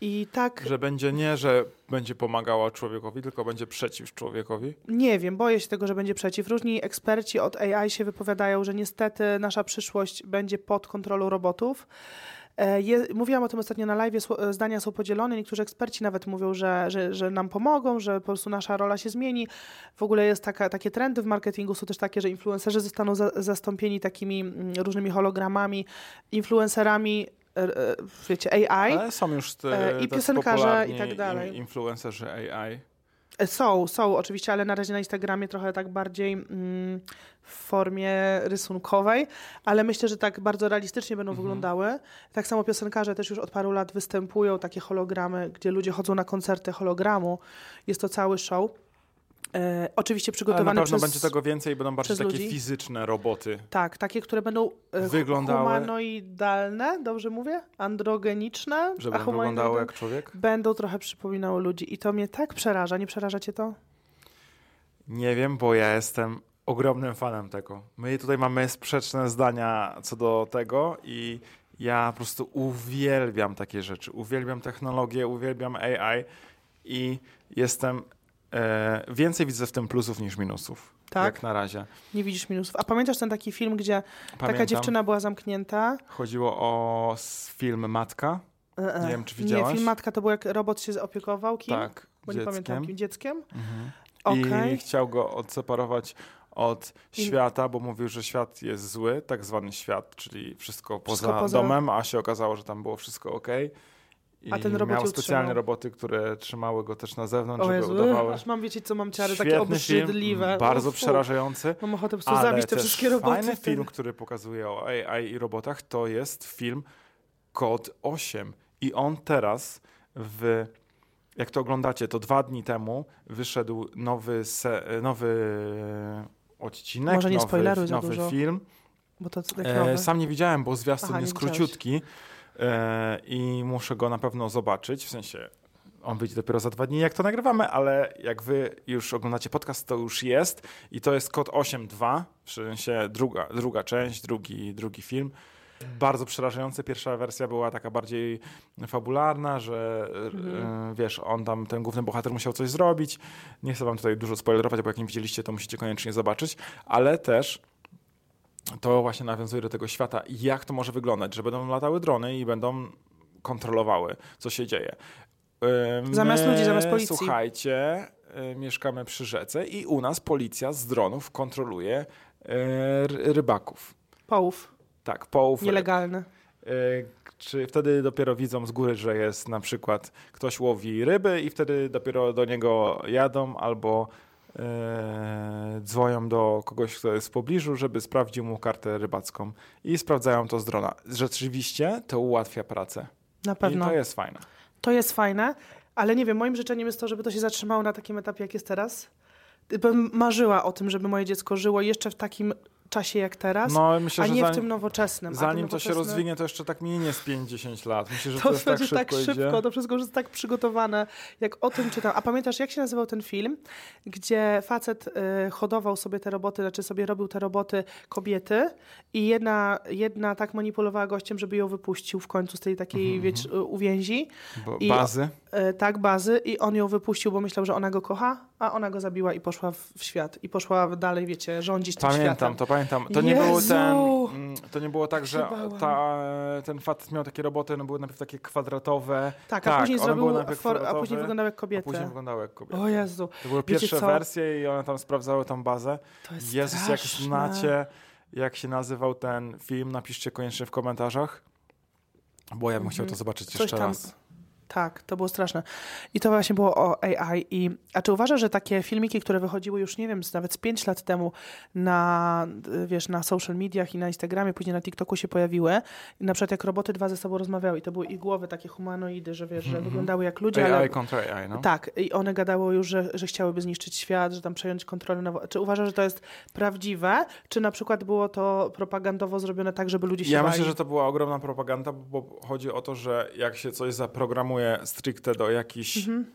i tak Że będzie nie, że będzie pomagała człowiekowi, tylko będzie przeciw człowiekowi. Nie wiem, boję się tego, że będzie przeciw. Różni eksperci od AI się wypowiadają, że niestety nasza przyszłość będzie pod kontrolą robotów. E, Je, mówiłam o tym ostatnio na live, zdania są podzielone. Niektórzy eksperci nawet mówią, że, że, że nam pomogą, że po prostu nasza rola się zmieni. W ogóle jest taka, takie trendy w marketingu, są też takie, że influencerzy zostaną za, zastąpieni takimi mm, różnymi hologramami, influencerami, e, e, wiecie, AI. Ale są już te, E, i te piosenkarze popularni i tak dalej. in- influencerzy AI. E, Są, są oczywiście, ale na razie na Instagramie trochę tak bardziej mm, w formie rysunkowej, ale myślę, że tak bardzo realistycznie Mhm. będą wyglądały. Tak samo piosenkarze też już od paru lat występują, takie hologramy, gdzie ludzie chodzą na koncerty hologramu. Jest to cały show. E, oczywiście Ale na przygotowany pewno przez... będzie tego więcej i będą bardziej przez takie ludzi. fizyczne roboty. Tak, takie, które będą e, Wyglądały. humanoidalne, dobrze mówię? Androgeniczne? Że A będą wyglądały humanoidalne- jak człowiek? Będą trochę przypominały ludzi i to mnie tak przeraża. Nie przeraża cię to? Nie wiem, bo ja jestem ogromnym fanem tego. My tutaj mamy sprzeczne zdania co do tego i ja po prostu uwielbiam takie rzeczy. Uwielbiam technologię, uwielbiam AI i jestem. E, więcej widzę w tym plusów niż minusów. Tak? Jak na razie. Nie widzisz minusów. A pamiętasz ten taki film, gdzie taka Pamiętam, dziewczyna była zamknięta? chodziło o s- film Matka. E, e. Nie wiem, czy widziałaś? Nie, film Matka to był jak robot się opiekował kim? Tak, Bo nie pamiętam dzieckiem. kim. Dzieckiem? Mhm. Okej. I chciał go odseparować od I- świata, bo mówił, że świat jest zły, tak zwany świat, czyli wszystko poza, poza- domem, a się okazało, że tam było wszystko ok. I A ten robot miał cię specjalne utrzymał. roboty, które trzymały go też na zewnątrz, O żeby Jezu, udawały. aż mam wiedzieć, co mam ciary, Świetny takie obrzydliwe. Film, Mm, O, bardzo fu. przerażający. Mam ochotę po prostu Ale zabić te też wszystkie roboty. fajny wtedy. film, który pokazuje o AI i robotach, to jest film Kod 8. I on teraz w... Jak to oglądacie, to dwa dni temu wyszedł nowy, se, nowy odcinek, Może nie nowy, spoileruj za nowy dużo. film. Bo to co- tak E, jak nowe. sam nie widziałem, bo zwiastun Aha, nie jest widziałeś. króciutki e, i muszę go na pewno zobaczyć, w sensie on wyjdzie dopiero za dwa dni, jak to nagrywamy, ale jak wy już oglądacie podcast, to już jest i to jest kod 8.2, w sensie druga, druga część, drugi, drugi film. Bardzo przerażający. Pierwsza wersja była taka bardziej fabularna, że e, Mhm. e, wiesz, on tam, ten główny bohater musiał coś zrobić. Nie chcę wam tutaj dużo spoilerować, bo jak nie widzieliście, to musicie koniecznie zobaczyć, ale też to właśnie nawiązuje do tego świata. Jak to może wyglądać, że będą latały drony i będą kontrolowały, co się dzieje. E, My, Zamiast ludzi, zamiast policji. Słuchajcie, e, mieszkamy przy rzece i u nas policja z dronów kontroluje e, ry- rybaków. Połów. Tak, połów ryb. Nielegalny. E, k- Czy wtedy dopiero widzą z góry, że jest na przykład ktoś łowi ryby i wtedy dopiero do niego jadą albo e, dzwonią do kogoś, kto jest w pobliżu, żeby sprawdził mu kartę rybacką i sprawdzają to z drona. Rzeczywiście to ułatwia pracę Na pewno. i to jest fajne. To jest fajne, ale nie wiem, moim życzeniem jest to, żeby to się zatrzymało na takim etapie, jak jest teraz. Bym marzyła o tym, żeby moje dziecko żyło jeszcze w takim czasie jak teraz, No myślę, a że nie w zanim, tym nowoczesnym. A zanim ten to się nowoczesny- rozwinie, to jeszcze tak minie z 5-10 lat. Myślę, że to, To jest tak będzie szybko, tak szybko, idzie. to wszystko już jest tak przygotowane, jak o tym czytam. A pamiętasz, jak się nazywał ten film, gdzie facet y, hodował sobie te roboty, znaczy sobie robił te roboty kobiety i jedna, jedna tak manipulowała gościem, żeby ją wypuścił w końcu z tej Mhm. takiej wiecz, y, uwięzi, Bo, i- bazy. y, tak, bazy i on ją wypuścił, bo myślał, że ona go kocha, a ona go zabiła i poszła w, w świat. I poszła dalej, wiecie, rządzić tym Pamiętam, światem. to pamiętam. To nie, był Jezu! ten, mm, to nie było tak, że się bałam. ta, e, ten facet miał takie roboty, one były najpierw takie kwadratowe, Tak, Tak, a później one zrobił, były najpierw for, a kwadratowe, później wyglądał jak a kobiety. później wyglądały jak kobiety. O Jezu, To były wiecie pierwsze co? wersje i one tam sprawdzały tą bazę. to jest Jezus, jak straszne. znacie, jak się nazywał ten film, napiszcie koniecznie w komentarzach, bo ja bym chciał to zobaczyć Coś jeszcze tam- raz. Tak, to było straszne. I to właśnie było o AI. I, a czy uważasz, że takie filmiki, które wychodziły już, nie wiem, z- nawet z 5 lat temu na, y, wiesz, na social mediach i na Instagramie, później na TikToku się pojawiły, i na przykład jak roboty dwa ze sobą rozmawiały i to były ich głowy, takie humanoidy, że wiesz, że Mhm. wyglądały jak ludzie, ale... AI kontra AI, no. Tak, i one gadały już, że, że chciałyby zniszczyć świat, że tam przejąć kontrolę. Nad... Czy uważasz, że to jest prawdziwe? Czy na przykład było to propagandowo zrobione tak, żeby ludzie się Ja bali? myślę, że to była ogromna propaganda, bo chodzi o to, że jak się coś zaprogramuje stricte do jakichś Mhm.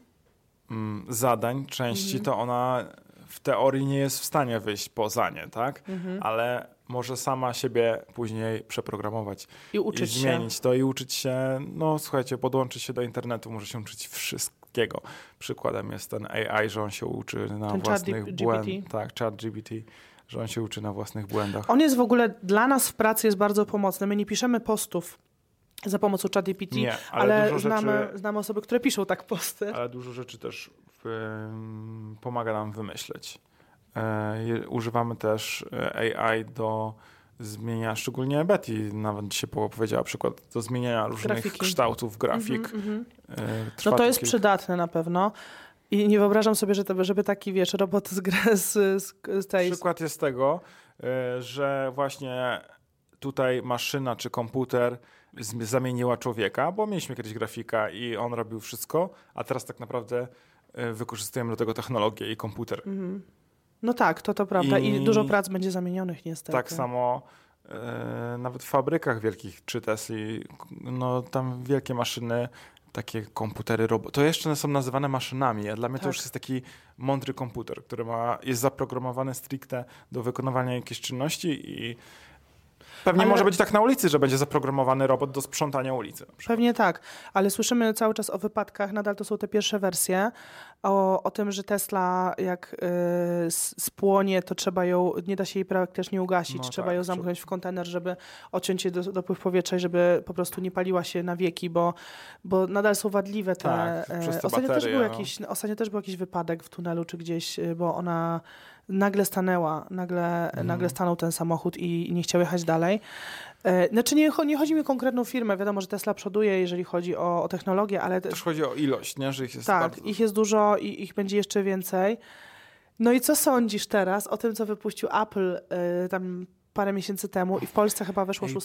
mm, zadań, części, to ona w teorii nie jest w stanie wyjść poza nie, tak? Mhm. Ale może sama siebie później przeprogramować I uczyć i się. zmienić to i uczyć się, no słuchajcie, podłączyć się do internetu, może się uczyć wszystkiego. Przykładem jest ten AI, że on się uczy na Ten chat własnych GPT. błędach. Tak, chat GPT, że on się uczy na własnych błędach. On jest w ogóle dla nas w pracy jest bardzo pomocny. My nie piszemy postów za pomocą ChatGPT, Nie, ale ale, dużo znamy, rzeczy- znamy osoby, które piszą tak posty. ale dużo rzeczy też em, pomaga nam wymyśleć. E, je- Używamy też e, AI do zmienia, szczególnie Betty nawet dzisiaj po- powiedziała przykład, do zmieniania różnych Grafiki. kształtów grafik. Mhm, mhm. E, No trwa to jest kilk- przydatne na pewno. I nie wyobrażam sobie, że to, żeby taki, wiesz, robot z, gry- z, z, z tej... Przykład jest tego, e, że właśnie tutaj maszyna czy komputer zm- zamieniła człowieka, bo mieliśmy kiedyś grafika i on robił wszystko, a teraz tak naprawdę e, wykorzystujemy do tego technologię i komputer. Mhm. No tak, to to prawda. I... I- dużo prac będzie zamienionych niestety. Tak samo e, nawet w fabrykach wielkich czy Tesli, no tam wielkie maszyny, takie komputery, robo- to jeszcze są nazywane maszynami, a dla mnie to Tak. już jest taki mądry komputer, który ma, jest zaprogramowany stricte do wykonywania jakiejś czynności i pewnie Ale- może być tak na ulicy, że będzie zaprogramowany robot do sprzątania ulicy. na przykład. Pewnie tak, ale słyszymy cały czas o wypadkach, nadal to są te pierwsze wersje, o, o tym, że Tesla jak y, s- spłonie, to trzeba ją, nie da się jej praktycznie ugasić, No trzeba tak, ją trzeba. zamknąć w kontener, żeby odciąć jej do, dopływ powietrza i żeby po prostu nie paliła się na wieki, bo, bo nadal są wadliwe te... Tak, e, przez te ostatnio, też baterie, był no. jakiś, ostatnio też był jakiś wypadek w tunelu czy gdzieś, y, bo ona nagle stanęła, nagle, Mhm. nagle stanął ten samochód i, i nie chciał jechać dalej. E, Znaczy nie, cho- nie chodzi mi o konkretną firmę, wiadomo, że Tesla przoduje, jeżeli chodzi o, o technologię, ale te- Też chodzi o ilość, nie? że ich jest tak, bardzo... ich jest dużo i ich będzie jeszcze więcej. No i co sądzisz teraz o tym, co wypuścił Apple y, tam parę miesięcy temu i w Polsce chyba weszło Apple?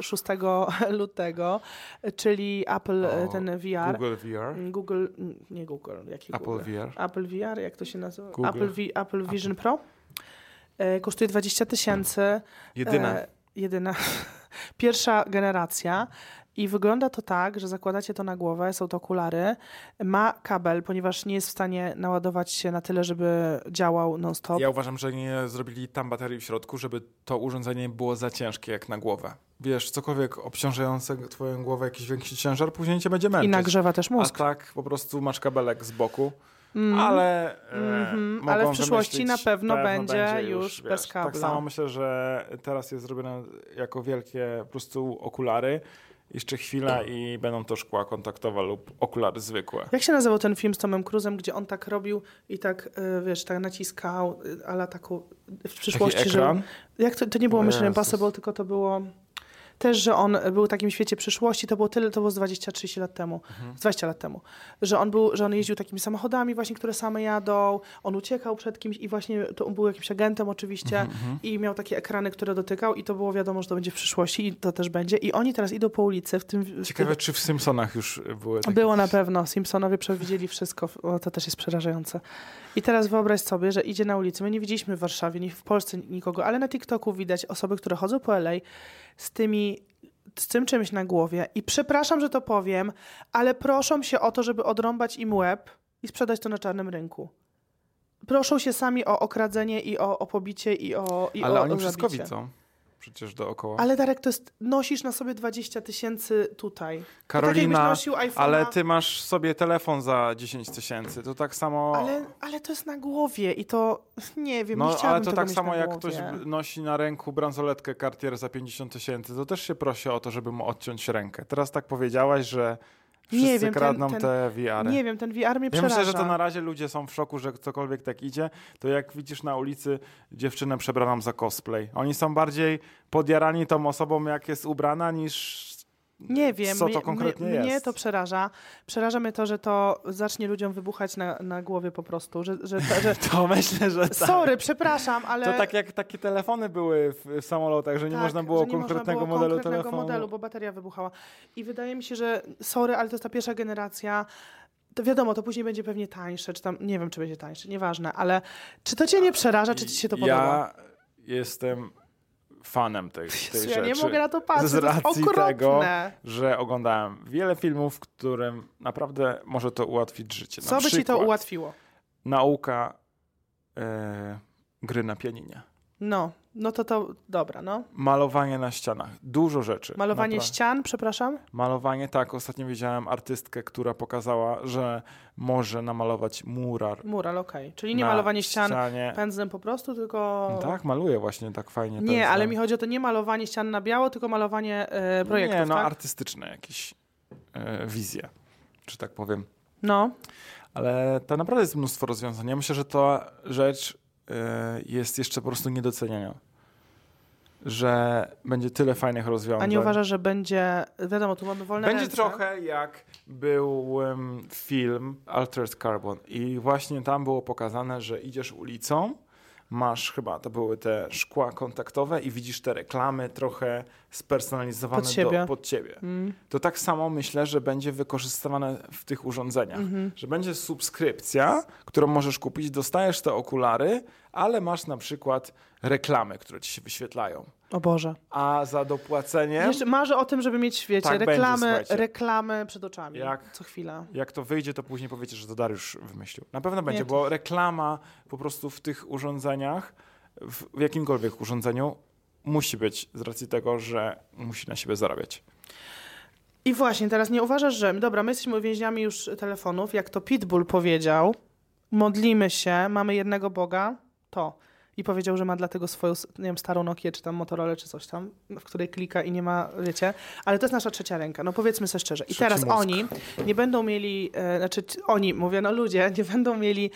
6, 6 lutego, y, czyli Apple y, O, ten VR. Google VR, Google. Google, n- nie Google, jaki Apple Google? VR. Apple VR, jak to się nazywa? Google. Apple, Vi- Apple Vision Pro. E, kosztuje 20 tysięcy. Jedyne. E, jedyna. Pierwsza generacja. I wygląda to tak, że zakładacie to na głowę, są to okulary, ma kabel, ponieważ nie jest w stanie naładować się na tyle, żeby działał non-stop. Ja uważam, że nie zrobili tam baterii w środku, żeby to urządzenie było za ciężkie jak na głowę. Wiesz, cokolwiek obciążające twoją głowę, jakiś większy ciężar, później cię będzie I męczyć. nagrzewa też A mózg. tak po prostu masz kabelek z boku Mm. ale, e, Mhm, mogą ale w przyszłości wymyślić, na pewno będzie już wiesz, bez kabla. Tak samo myślę, że teraz jest zrobione jako wielkie po prostu okulary. Jeszcze chwila i będą to szkła kontaktowe lub okulary zwykłe. Jak się nazywał ten film z Tomem Cruzem, gdzie on tak robił i tak, y, wiesz, tak naciskał, y, ale taką w Taki przyszłości, że ekran. Jak to, to nie było O Mission Jezus. Impossible, tylko to było też, że on był w takim świecie przyszłości, to było tyle, to było z 20-30 lat temu, Mhm. z 20 lat temu, że on był, że on jeździł takimi samochodami właśnie, które same jadą, on uciekał przed kimś i właśnie to on był jakimś agentem oczywiście Mhm, i miał takie ekrany, które dotykał i to było wiadomo, że to będzie w przyszłości i to też będzie i oni teraz idą po ulicy w tym... W Ciekawe, czy w Simpsonach już były takie... tym było na pewno, Simpsonowie przewidzieli wszystko, o, to też jest przerażające. I teraz wyobraź sobie, że idzie na ulicy. My nie widzieliśmy w Warszawie, nie w Polsce nikogo, ale na TikToku widać osoby, które chodzą po LA z tymi z tym czymś na głowie i przepraszam, że to powiem, ale proszą się o to, żeby odrąbać im łeb i sprzedać to na czarnym rynku. Proszą się sami o okradzenie i o, o pobicie i o i Ale o, oni o wszystko zabicie. widzą. Przecież dookoła. Ale Darek, to jest, nosisz na sobie 20 tysięcy tutaj. to tak jakbyś Karolina, nosił iPhone'a. ale ty masz sobie telefon za 10 tysięcy. To tak samo... Ale, ale to jest na głowie i to nie wiem, nie No, chciałabym ale to tego tak mieć samo na jak głowie. ktoś b- nosi na ręku bransoletkę Cartier za 50 tysięcy, to też się prosi o to, żeby mu odciąć rękę. Teraz tak powiedziałaś, że Nie wszyscy wiem, ten- kradną ten- te VR-y. Nie wiem, ten VR mnie ja przeraża. myślę, że to na razie ludzie są w szoku, że cokolwiek tak idzie, to jak widzisz na ulicy dziewczynę przebraną za cosplay. Oni są bardziej podjarani tą osobą, jak jest ubrana, niż Nie wiem, co mnie- to konkretnie mnie, jest. mnie to przeraża. Przeraża mnie to, że to zacznie ludziom wybuchać na, na głowie po prostu. Że, że, że, że... To myślę, że tak. Sorry, przepraszam, ale... To tak jak takie telefony były w, w samolotach, że nie tak, można było że nie można konkretnego było modelu konkretnego telefonu. modelu, bo bateria wybuchała. I wydaje mi się, że sorry, ale to jest ta pierwsza generacja. To wiadomo, to później będzie pewnie tańsze, czy tam, nie wiem, czy będzie tańsze, nieważne, ale czy to cię nie przeraża, czy znaczy, ci się to podoba? Ja jestem fanem tej, tej ja rzeczy. nie mogę na to patrzeć, Z to jest racji okropne. tego, że oglądałem wiele filmów, którym naprawdę może to ułatwić życie. Co na by ci to przykład ułatwiło? Nauka e, gry na pianinie. No, no to to, dobra, no. Malowanie na ścianach. Dużo rzeczy. Malowanie Napra- ścian, przepraszam? Malowanie, tak. Ostatnio widziałem artystkę, która pokazała, że może namalować murar. Mural, okej. Czyli nie na malowanie ścian Ścianie. pędzlem po prostu, tylko... Tak, maluje właśnie tak fajnie. Nie, ale mi chodzi o to nie malowanie ścian na biało, tylko malowanie e, projektów, Nie, no tak? artystyczne jakieś e, wizje, czy tak powiem. No, Ale to naprawdę jest mnóstwo rozwiązań. Ja myślę, że ta rzecz e, jest jeszcze po prostu niedoceniana. Że będzie tyle fajnych rozwiązań. a nie uważasz, że będzie... Wiadomo, tu mamy wolne Będzie ręce. trochę jak był em, film Altered Carbon i właśnie tam było pokazane, że idziesz ulicą, masz chyba, to były te szkła kontaktowe i widzisz te reklamy trochę spersonalizowane Pod siebie. Do, pod ciebie. Mm. To tak samo myślę, że będzie wykorzystywane w tych urządzeniach. Mhm. Że będzie subskrypcja, którą możesz kupić, dostajesz te okulary, ale masz na przykład reklamy, które ci się wyświetlają. O Boże. A za dopłacenie... Jeszcze marzę o tym, żeby mieć w świecie Tak będzie, reklamy, słuchajcie. reklamy przed oczami. Jak- Co chwila. Jak to wyjdzie, to później powiecie, że to Dariusz wymyślił. Na pewno będzie, Nie, to- bo reklama po prostu w tych urządzeniach, w, w jakimkolwiek urządzeniu, musi być z racji tego, że musi na siebie zarabiać. I właśnie, teraz nie uważasz, że. Dobra, my jesteśmy więźniami już telefonów, jak to Pitbull powiedział. Modlimy się, mamy jednego Boga, to. I powiedział, że ma dlatego swoją, nie wiem, starą Nokię, czy tam Motorola, czy coś tam, w której klika i nie ma, wiecie. Ale to jest nasza trzecia ręka, no powiedzmy sobie szczerze. I Trzeci teraz mózg. oni nie będą mieli, e, znaczy ci- oni, mówię, no ludzie, nie będą mieli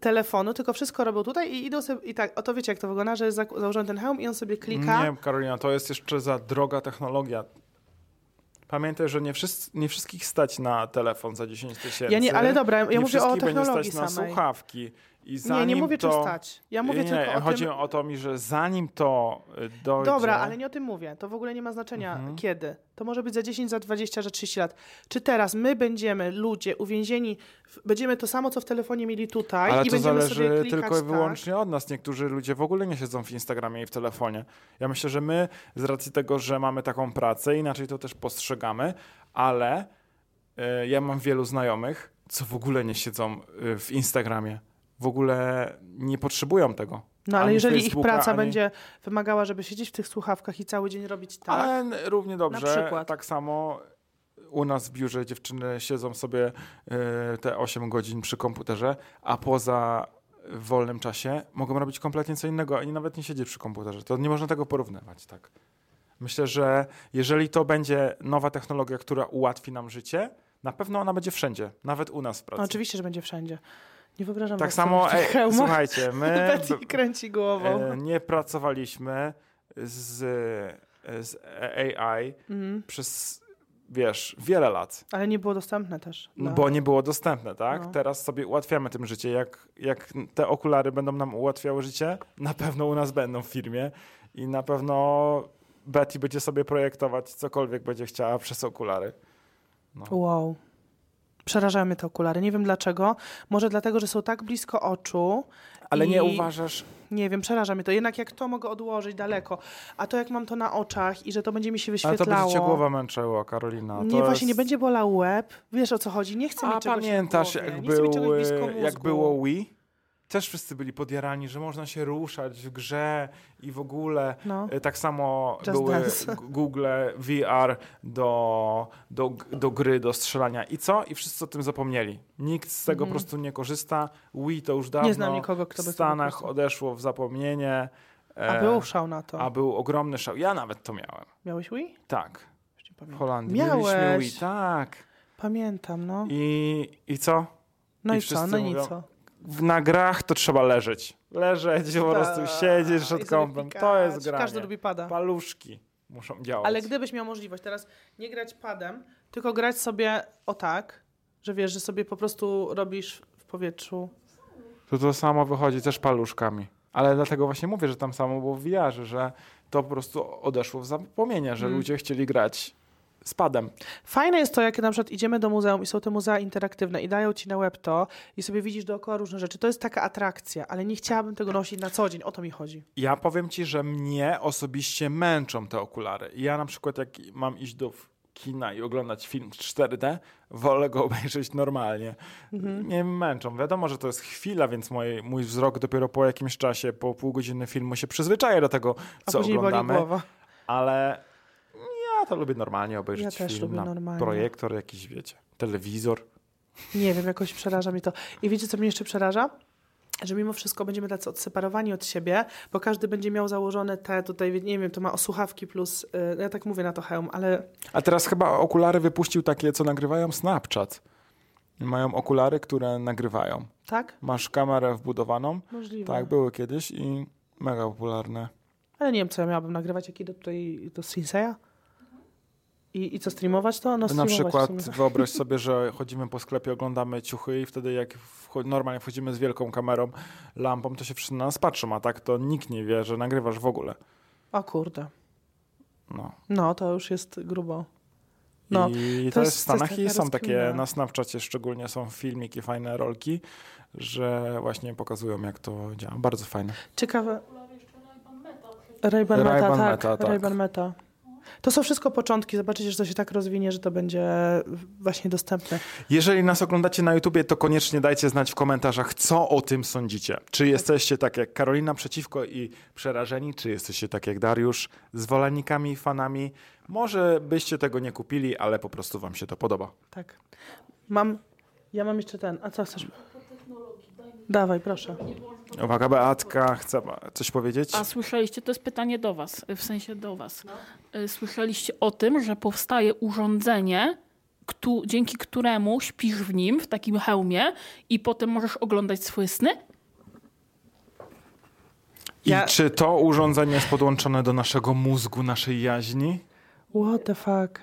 telefonu, tylko wszystko robią tutaj i idą sobie, i tak, o to wiecie, jak to wygląda, że jest zak- założony ten hełm i on sobie klika. Nie, Karolina, to jest jeszcze za droga technologia. Pamiętaj, że nie, wszyscy, nie wszystkich stać na telefon za 10 tysięcy. Ja nie, ale dobra, ja nie mówię o wszystkich będzie technologii stać na samej. słuchawki. I Nie, zanim nie mówię, to... czy stać. Ja mówię nie, tylko o chodzi tym, o to mi, że zanim to y, dojdzie... Dobra, ale nie o tym mówię. To w ogóle nie ma znaczenia Mhm. kiedy. To może być za 10, za 20, za 30 lat. Czy teraz my będziemy, ludzie, uwięzieni, w, będziemy to samo, co w telefonie mieli tutaj Ale i to będziemy sobie zależy klikać tylko i tak? wyłącznie od nas. Niektórzy ludzie w ogóle nie siedzą w Instagramie i w telefonie. Ja myślę, że my z racji tego, że mamy taką pracę, inaczej to też postrzegamy, ale e, ja mam wielu znajomych, co w ogóle nie siedzą e, w Instagramie. W ogóle nie potrzebują tego. No ale Ani jeżeli ich Facebooka, praca ani- będzie wymagała, żeby siedzieć w tych słuchawkach i cały dzień robić tak, Ale równie dobrze, przykład. tak samo u nas w biurze dziewczyny siedzą sobie y, te 8 godzin przy komputerze, a poza w wolnym czasie mogą robić kompletnie co innego, a nie nawet nie siedzieć przy komputerze. To nie można tego porównywać, tak. Myślę, że jeżeli to będzie nowa technologia, która ułatwi nam życie, na pewno ona będzie wszędzie, nawet u nas w pracy. No, oczywiście, że będzie wszędzie. Nie wyobrażam tak was samo, w tych ej, hełmach. słuchajcie, my Betty kręci głową. e, nie pracowaliśmy z, e, z AI Mhm. przez, wiesz, wiele lat. Ale nie było dostępne też. No, dla- Bo nie było dostępne, tak? No. Teraz sobie ułatwiamy tym życie. Jak, jak te okulary będą nam ułatwiały życie, na pewno u nas będą w firmie i na pewno Betty będzie sobie projektować cokolwiek będzie chciała przez okulary. Wow. Przerażają mnie te okulary. Nie wiem dlaczego. Może dlatego, że są tak blisko oczu. Ale nie I- uważasz, Nie wiem, przeraża mnie to. Jednak jak to mogę odłożyć daleko, a to jak mam to na oczach i że to będzie mi się ale wyświetlało. to będzie cię głowa męczyła, Karolina. nie, to właśnie jest... nie będzie bola łeb. Wiesz o co chodzi? Nie chcę A mieć czegoś pamiętasz, w głowie. jak, nie chcę był, mieć czegoś blisko e, mózgu. jak było Wii? Też wszyscy byli podjarani, że można się ruszać w grze i w ogóle. No. E, Tak samo Just były Dance. G- Google VR do, do, g- do gry, do strzelania. I co? I wszyscy o tym zapomnieli. Nikt z tego po prostu nie korzysta. Wii to już dawno Mhm. Nie znam nikogo, kto by w tego Stanach korzystał. odeszło w zapomnienie. A E, był szał na to. a był ogromny szał. Ja nawet to miałem. Miałeś Wii? Tak. Już nie W pamiętam. Holandii. Miałeś. Mieliśmy Wii, tak. Pamiętam, no. I, i co? No i i, co? wszyscy No i mówią, co? w, na grach to trzeba leżeć. Leżeć, po prostu siedzieć Tak, i przed sobie kąpem. To pikać. jest granie. Każdy lubi pada. Paluszki muszą działać. Ale gdybyś miał możliwość teraz nie grać padem, tylko grać sobie o tak, że wiesz, że sobie po prostu robisz w powietrzu. To to samo wychodzi też paluszkami. Ale dlatego właśnie mówię, że tam samo było w VR, że to po prostu odeszło w zapomnienie, że Mm. ludzie chcieli grać z padem. Fajne jest to, jak na przykład idziemy do muzeum i są te muzea interaktywne i dają ci na web to i sobie widzisz dookoła różne rzeczy. To jest taka atrakcja, ale nie chciałabym tego nosić na co dzień. O to mi chodzi. Ja powiem ci, że mnie osobiście męczą te okulary. Ja na przykład jak mam iść do kina i oglądać film 4D, wolę go obejrzeć normalnie. Mhm. Nie męczą. Wiadomo, że to jest chwila, więc mój, mój wzrok dopiero po jakimś czasie, po pół godziny filmu się przyzwyczaja do tego, A co później oglądamy. boli głowa. Ale ja to lubię normalnie obejrzeć Ja też film lubię na normalnie. projektor jakiś, wiecie, telewizor. Nie wiem, jakoś przeraża mnie to. I wiecie, co mnie jeszcze przeraża? Że mimo wszystko będziemy tacy odseparowani od siebie, bo każdy będzie miał założone te tutaj, nie wiem, to ma słuchawki plus, y, ja tak mówię na to hełm, ale A teraz chyba okulary wypuścił takie, co nagrywają Snapchat. Mają okulary, które nagrywają. tak? Masz kamerę wbudowaną. Możliwe. Tak, były kiedyś i mega popularne. Ale nie wiem, co ja miałabym nagrywać, jak idę tutaj do Sinseya. I, I co, streamować to? No, na streamować w przykład sumie. wyobraź sobie, że chodzimy po sklepie, oglądamy ciuchy i wtedy jak wcho- normalnie wchodzimy z wielką kamerą, lampą, to się wszyscy na nas patrzą, a tak to nikt nie wie, że nagrywasz w ogóle. O kurde. No. No, to już jest grubo. No, I to to jest- no. jest w Stanach to jest i są taka takie, rozkmina. na Snapchacie szczególnie są filmiki, fajne rolki, że właśnie pokazują jak to działa. Bardzo fajne. Ciekawe. Ray-Ban Meta, Ray-Ban tak. Meta, tak. Ray-Ban Meta. To są wszystko początki. Zobaczycie, że to się tak rozwinie, że to będzie właśnie dostępne. Jeżeli nas oglądacie na YouTubie, to koniecznie dajcie znać w komentarzach, co o tym sądzicie. Czy jesteście tak jak Karolina przeciwko i przerażeni, czy jesteście tak jak Dariusz, zwolennikami, fanami. Może byście tego nie kupili, ale po prostu wam się to podoba. Tak. Mam. Ja mam jeszcze ten. A co chcesz? Dawaj, proszę. Uwaga, Beatka chce coś powiedzieć? A słyszeliście, to jest pytanie do Was, w sensie do Was. Y, Słyszeliście o tym, że powstaje urządzenie, któ- dzięki któremu śpisz w nim, w takim hełmie i potem możesz oglądać swoje sny? I Ja- czy to urządzenie jest podłączone do naszego mózgu, naszej jaźni? What the fuck?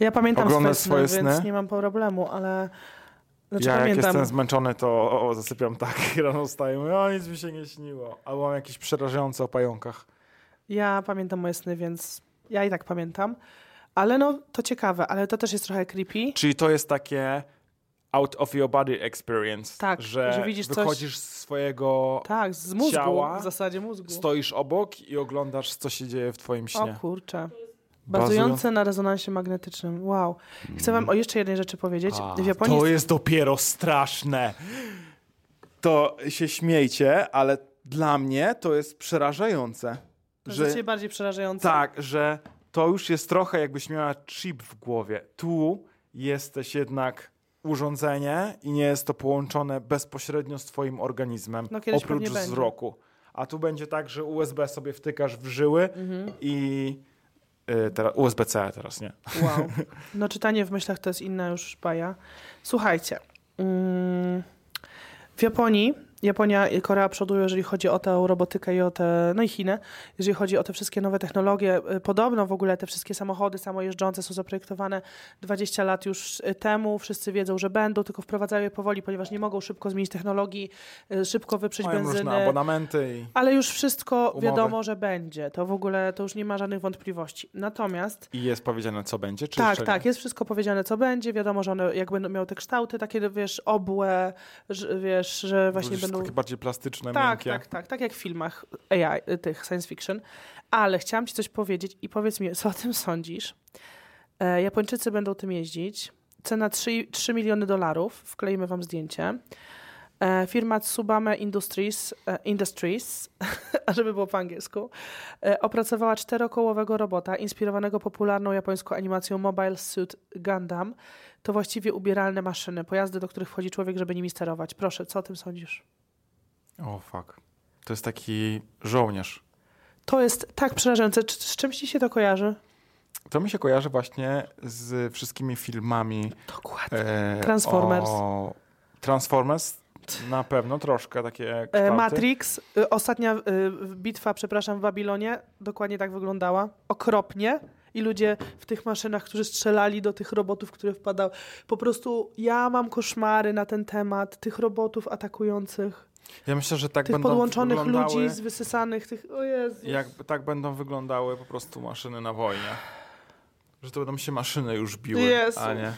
Ja pamiętam swoje Oglądasz sny, swoje więc sny? nie mam problemu, ale. Znaczy, ja jak pamiętam. jestem zmęczony, to o, o, zasypiam tak, rano wstaję, mówię, o nic mi się nie śniło. Albo mam jakieś przerażające o pająkach. Ja pamiętam moje sny, więc ja i tak pamiętam. Ale no, to ciekawe, ale to też jest trochę creepy. Czyli to jest takie out of your body experience. Tak, że, że widzisz coś- wychodzisz z swojego, Tak, z mózgu, Ciała? w zasadzie mózgu. stoisz obok i oglądasz, co się dzieje w twoim o śnie. kurczę. Bazują- Bazujące na rezonansie magnetycznym. Wow. Chcę wam o jeszcze jednej rzeczy powiedzieć. A, w Japonii to jest dopiero straszne. To się śmiejcie, ale dla mnie to jest przerażające. jest Że, znaczy, że... bardziej przerażające. tak, że to już jest trochę jakbyś miała chip w głowie. Tu jesteś jednak urządzenie i nie jest to połączone bezpośrednio z twoim organizmem, No, kiedyś oprócz pewnie będzie. wzroku. A tu będzie tak, że USB sobie wtykasz w żyły Mhm. i y, teraz, USB-C teraz, nie? Wow. No czytanie w myślach to jest inna już baja. Słuchajcie. mm, W Japonii, Japonia i Korea przodują, jeżeli chodzi o tę robotykę i o te, no i Chiny, jeżeli chodzi o te wszystkie nowe technologie. Y, Podobno w ogóle te wszystkie samochody samojeżdżące są zaprojektowane 20 lat już y, temu. Wszyscy wiedzą, że będą, tylko wprowadzają je powoli, ponieważ nie mogą szybko zmienić technologii, y, szybko wyprzeć Mają benzyny. różne abonamenty i... Ale już wszystko Umowy. wiadomo, że będzie. To w ogóle, to już nie ma żadnych wątpliwości. Natomiast I jest powiedziane, co będzie? Czy tak, jeszcze tak, nie? jest wszystko powiedziane, co będzie. Wiadomo, że one jak będą miały te kształty, takie, wiesz, obłe, że, wiesz, że właśnie Już będą. Takie bardziej plastyczne, Tak, miękkie. tak, tak, tak jak w filmach AI, y, tych science fiction. Ale chciałam ci coś powiedzieć i powiedz mi, co o tym sądzisz? E, Japończycy będą tym jeździć. Cena 3, 3 miliony dolarów. Wkleimy wam zdjęcie. E, Firma Tsubame Industries, e, Industries a żeby było po angielsku, e, opracowała czterokołowego robota inspirowanego popularną japońską animacją Mobile Suit Gundam. To właściwie ubieralne maszyny, pojazdy, do których wchodzi człowiek, żeby nimi sterować. Proszę, co o tym sądzisz? tak. O, fuck. To jest taki żołnierz. To jest tak przerażające. Czy, z czymś ci się to kojarzy? To mi się kojarzy właśnie z wszystkimi filmami Dokładnie. E, Transformers. O... Transformers na pewno, troszkę takie E, kształty. Matrix, y, ostatnia y, bitwa, przepraszam, w Babilonie, dokładnie tak wyglądała. Okropnie. I ludzie w tych maszynach, którzy strzelali do tych robotów, które wpadały. Po prostu ja mam koszmary na ten temat tych robotów atakujących, Ja myślę, że tak tych będą podłączonych wyglądały, ludzi z wysysanych, tych. O Jezus. jak, tak będą wyglądały po prostu maszyny na wojnie. Że to będą się maszyny już biły, Jezu. a nie...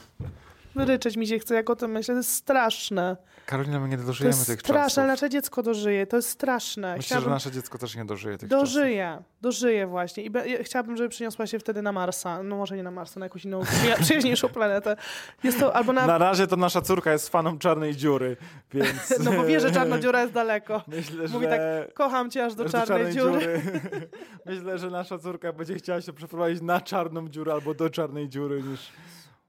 Wyryczeć mi się chce, jak o tym myślę. To jest straszne. Karolina, my nie To dożyjemy jest tych straszne, czasów. nasze dziecko dożyje. To jest straszne. Myślę, że Chciałabym- nasze dziecko też nie dożyje tych czasów. Dożyję, dożyję właśnie. I be, ja- chciałabym, żeby przyniosła się wtedy na Marsa. No może nie na Marsa, na jakąś inną przyja- przyjaźniejszą planetę. Jest to albo na... Na razie to nasza córka jest fanem czarnej dziury, więc... No bo wie, że czarna dziura jest daleko. Myślę, Mówi że... tak, Kocham cię aż do czarnej, dziury. Myślę, że nasza córka będzie chciała się przeprowadzić na czarną dziurę albo do czarnej dziury niż,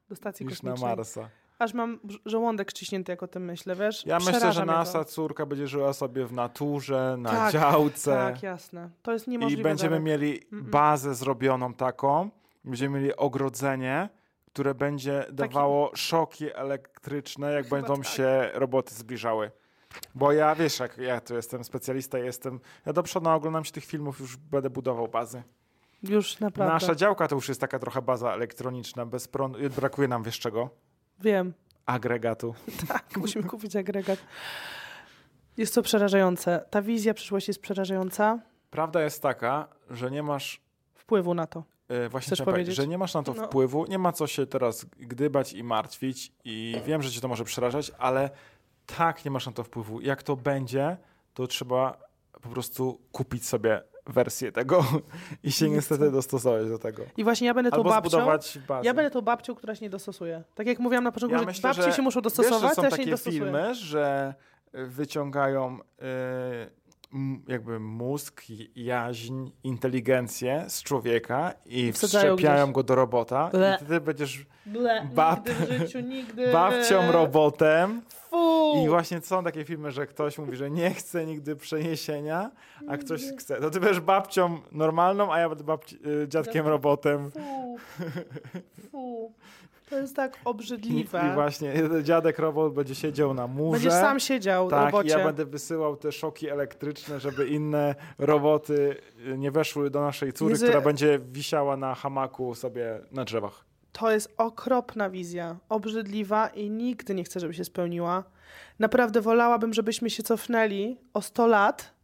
Do stacji niż na kosmicznej. Marsa. Aż mam brz- żołądek ściśnięty, jak o tym myślę, wiesz? Ja myślę, Przeraża że mnie to. nasza córka będzie żyła sobie w naturze, na Tak, działce Tak, jasne. To jest i niemożliwe. Mhm. będziemy dalej. mieli bazę zrobioną taką, będziemy mieli ogrodzenie, które będzie dawało szoki elektryczne, jak będą tak. się roboty zbliżały. Bo ja, wiesz, jak ja tu jestem specjalista, jestem, ja do przodu oglądam się tych filmów, już będę budował bazy. Już naprawdę. Nasza działka to już jest taka trochę baza elektroniczna, bez prądu, brakuje nam wiesz czego? Wiem. Agregatu. Tak, musimy kupić agregat. Jest to przerażające. Ta wizja przyszłości jest przerażająca. Prawda jest taka, że nie masz Wpływu na to. E, Właśnie Chcesz chciałem powiedzieć, powiedzieć? że nie masz na to No. wpływu, nie ma co się teraz gdybać i martwić i wiem, że cię to może przerażać, ale tak nie masz na to wpływu. Jak to będzie, to trzeba po prostu kupić sobie wersję tego i się Nie niestety chcę. dostosować do tego. I właśnie ja będę tą Albo babcią. zbudować bazę. Ja będę tą babcią, która się nie dostosuje. Tak jak mówiłam na początku, Ja że myślę, babcie że się muszą Wiesz, dostosować, że są też się nie takie dostosuję. filmy, że y, wyciągają y, m- jakby mózg, i- jaźń, inteligencję z człowieka i Wsadzają wszczepiają gdzieś. go do robota Ble. i ty- ty będziesz Ble, Bab- nigdy w życiu, nigdy. babcią robotem Eee. Fu! i właśnie są takie filmy, że ktoś mówi, że nie chce nigdy przeniesienia, a Mm. ktoś chce. To ty będziesz babcią normalną, a ja będę babci, y, dziadkiem robotem. Fu. Fu. To jest tak I, I obrzydliwe. właśnie e, dziadek robot będzie siedział na murze. Będziesz sam siedział w Tak, i robocie. ja będę wysyłał te szoki elektryczne, żeby inne roboty y, nie weszły do naszej córy, Jezu. która będzie wisiała na hamaku sobie na drzewach. To jest okropna wizja, obrzydliwa i nigdy nie chcę, żeby się spełniła. Naprawdę wolałabym, żebyśmy się cofnęli o 100 lat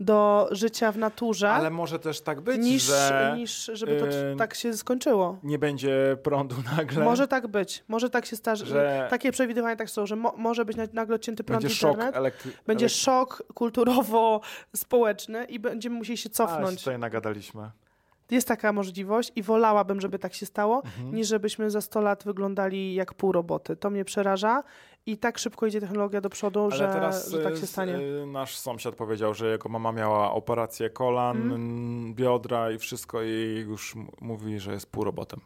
do życia w naturze, Ale może też tak być, niż, że niż żeby to yy, tak się skończyło. nie będzie prądu nagle. Może tak być, może tak się starzy. Że- Takie przewidywania tak są, że mo- może być na- nagle odcięty prąd będzie szok internet, elektry- będzie szok kulturowo-społeczny i będziemy musieli się elektry- Ale się cofnąć. tutaj nagadaliśmy. Jest taka możliwość i wolałabym, żeby tak się stało, Mhm. niż żebyśmy za 100 lat wyglądali jak pół roboty. To mnie przeraża i tak szybko idzie technologia do przodu, że, że tak y, się s- stanie. y, nasz sąsiad powiedział, że jego mama miała operację kolan, Mhm. n- biodra i wszystko i już m- mówi, że jest pół robotem.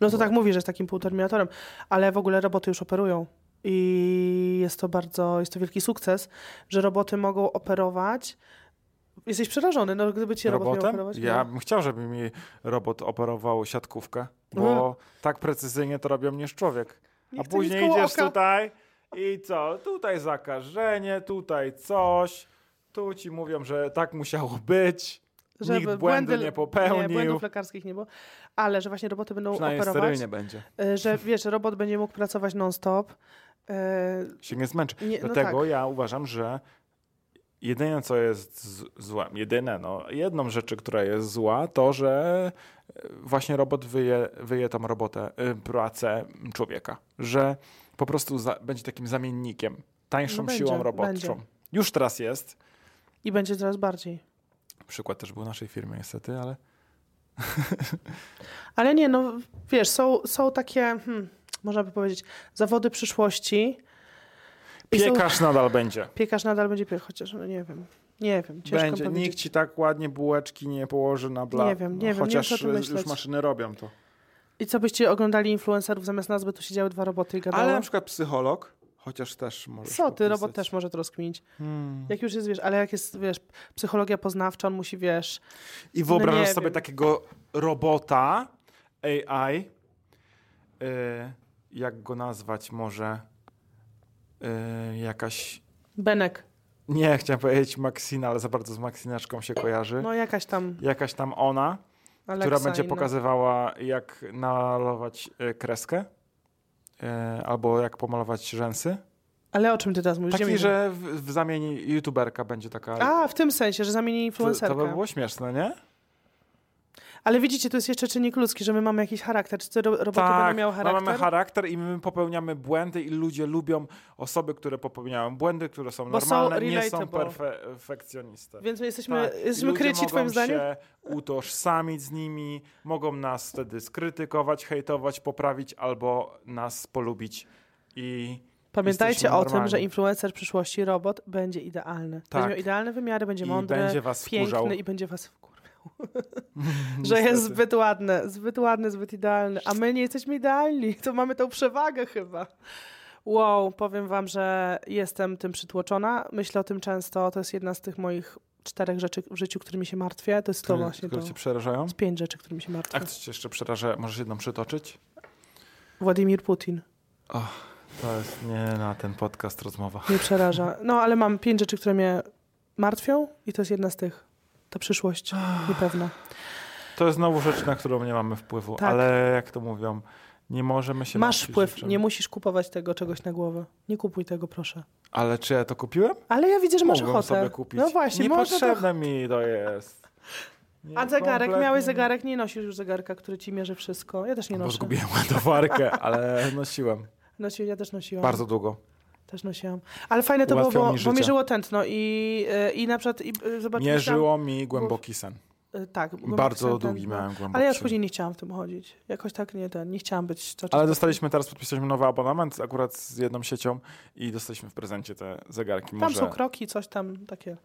No to tak mówi, że jest takim półterminatorem, ale w ogóle roboty już operują. I jest to bardzo, jest to wielki sukces, że roboty mogą operować. Jesteś przerażony, no gdyby ci robot miał Robotem? operować. Ja no. bym chciał, żeby mi robot operował siatkówkę, bo tak precyzyjnie to robią niż człowiek. A Mhm. Niech to później jest koło idziesz oka. tutaj i co? Tutaj zakażenie, tutaj coś. Tu ci mówią, że tak musiało być. nikt błędu nie popełnił. Nie, błędów lekarskich nie było, ale że właśnie roboty będą Przynajmniej operować, sterylnie będzie. y, że wiesz, robot będzie mógł pracować non-stop. Y, Się nie zmęczy. Nie, no Dlatego tak. ja uważam, że jedyne co jest z- złe, jedyne, no, jedną rzeczy, która jest zła, to, że e, właśnie robot wyje, wyje tą robotę, e, pracę człowieka. Że po prostu za, będzie takim zamiennikiem, tańszą No będzie, siłą robotczą. będzie. Już teraz jest. I będzie coraz bardziej. Przykład też był naszej firmy niestety, ale Ale nie, no wiesz, są, są takie, hmm, można by powiedzieć, zawody przyszłości. I są- piekarz nadal będzie. Piekarz nadal będzie piekarz, chociaż no nie wiem. Nie wiem, ciężko będzie. powiedzieć. Nikt ci tak ładnie bułeczki nie położy na blat. Nie wiem, nie wiem, nie Chociaż wiem, co tu e, już myśleć. maszyny robią to. I co byście oglądali influencerów zamiast nas, by tu siedziały dwa roboty i gadały? Ale na przykład psycholog, chociaż też może. Co ty, No robot też może to rozkminić. Hmm. Jak już jest, wiesz, ale jak jest, wiesz, psychologia poznawcza, on musi, wiesz, I wyobrażasz no nie sobie wiem. takiego robota AI. y, jak go nazwać może? Y, jakaś. Benek, Nie, chciałem powiedzieć Maxina, ale za bardzo z Maxinaczką się kojarzy. no jakaś tam Jakaś tam ona, Alexa która będzie inna. pokazywała, jak nalować y, kreskę. y, Albo jak pomalować rzęsy. Ale o czym ty teraz mówisz? Nie Taki, wiem. że w, w zamianie youtuberka będzie taka. A, w tym sensie, że zamieni to, influencerkę. to by było śmieszne, nie? Ale widzicie, to jest jeszcze czynnik ludzki, że my mamy jakiś charakter. Czy te ro- roboty będą my miały charakter? Tak, no mamy charakter i my popełniamy błędy i ludzie lubią osoby, które popełniają błędy, które są Bo są normalne, nie są relatable. perfekcjonistą. Więc my jesteśmy, Tak. I jesteśmy ludzie kryci, mogą twoim zdaniem? się utożsamić z nimi, mogą nas wtedy skrytykować, hejtować, poprawić albo nas polubić. I Pamiętajcie Jesteśmy o tym, normalni. że influencer przyszłości robot będzie idealny. Tak. Będzie miał idealne wymiary, będzie I mądry, będzie was piękny wkurzał. i będzie was wkurwiał. że jest niestety. zbyt ładny, zbyt ładny, zbyt idealny. A my nie jesteśmy idealni, to mamy tą przewagę chyba. Wow, powiem wam, że jestem tym przytłoczona. Myślę o tym często. To jest jedna z tych moich czterech rzeczy w życiu, którymi się martwię. To jest to które, właśnie to. które cię przerażają. Z pięć rzeczy, którymi się martwię. A co cię jeszcze przeraża? Możesz jedną przytoczyć? Władimir Putin. To jest nie na ten podcast rozmowa. Nie przeraża. No, ale mam pięć rzeczy, które mnie martwią i to jest jedna z tych. Ta przyszłość Ah, niepewna. To jest znowu rzecz, na którą nie mamy wpływu, Tak. ale jak to mówią, nie możemy się Masz martwić wpływ, niczym. nie musisz kupować tego czegoś na głowę. Nie kupuj tego, proszę. Ale czy ja to kupiłem? Ale ja widzę, że masz Mogłem ochotę. sobie kupić. No właśnie, można to... Niepotrzebne mi to jest. Nie, A zegarek, kompletnie miałeś nie. zegarek, nie nosisz już zegarka, który ci mierzy wszystko. Ja też nie Bo noszę. zgubiłem ładowarkę, ale nosiłem. Nosi, ja też nosiłam. Bardzo długo. Też nosiłam. Ale fajne to Ułatwiało było, mi bo, bo życie. mierzyło tętno i, yy, i na przykład i, yy, zobaczyłam... Mierzyło mi głęboki sen. yy, Tak. głęboki Bardzo sen długi tętna. miałem głęboki Ale ja już sen. później nie chciałam w tym chodzić. Jakoś tak nie ten, nie chciałam być cały czas. Ale dostaliśmy teraz, podpisaliśmy nowy abonament akurat z jedną siecią i dostaliśmy w prezencie te zegarki. Tam Może są kroki, coś tam takie.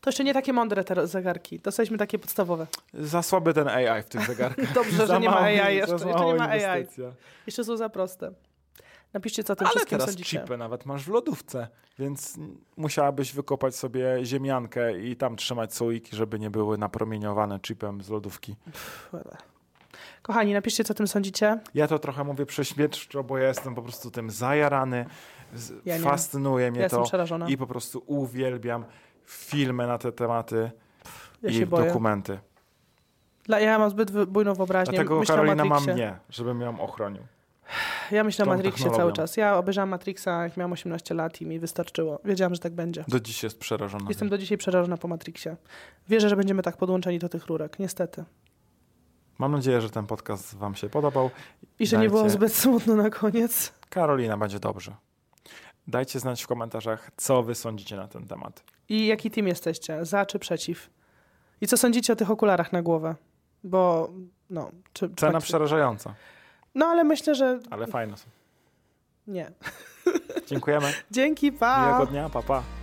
To jeszcze nie takie mądre te ro- zegarki. Dostaliśmy takie podstawowe. za słaby ten AI w tych zegarkach. Dobrze, Za że nie ma mało- AI za jeszcze. Jeszcze mało nie ma AI. inwestycja. Jeszcze są za proste. Napiszcie, co o tym Ale wszystkim teraz sądzicie. chipy nawet masz w lodówce, więc musiałabyś wykopać sobie ziemiankę i tam trzymać słoiki, żeby nie były napromieniowane chipem z lodówki. Kochani, napiszcie, co o tym sądzicie. Ja to trochę mówię prześmieszczo, bo ja jestem po prostu tym zajarany, z- Ja nie. fascynuje mnie Ja jestem to przerażona. i po prostu uwielbiam filmy na te tematy Ja i się boję. dokumenty. Dla, ja mam zbyt wy- bujną wyobraźnię. Dlatego myślę Karolina o ma Matrixie. mnie, żebym ją ochronił. Ja myślę o Tą Matrixie cały technologią. czas. Ja obejrzałam Matrixa, jak miałam 18 lat i mi wystarczyło. Wiedziałam, że tak będzie. Do dziś jest przerażona. Jestem do dzisiaj przerażona po Matrixie. Wierzę, że będziemy tak podłączeni do tych rurek. Niestety. Mam nadzieję, że ten podcast wam się podobał. I że nie Dajcie- było zbyt smutno na koniec. Karolina, będzie dobrze. Dajcie znać w komentarzach, co wy sądzicie na ten temat. I jaki team jesteście? Za czy przeciw? I co sądzicie o tych okularach na głowę? Bo no, czy, czy Cena tak- przerażająca, No ale myślę, że ale fajne są. nie. Dziękujemy. Dzięki, pa! Miłego dnia, pa pa.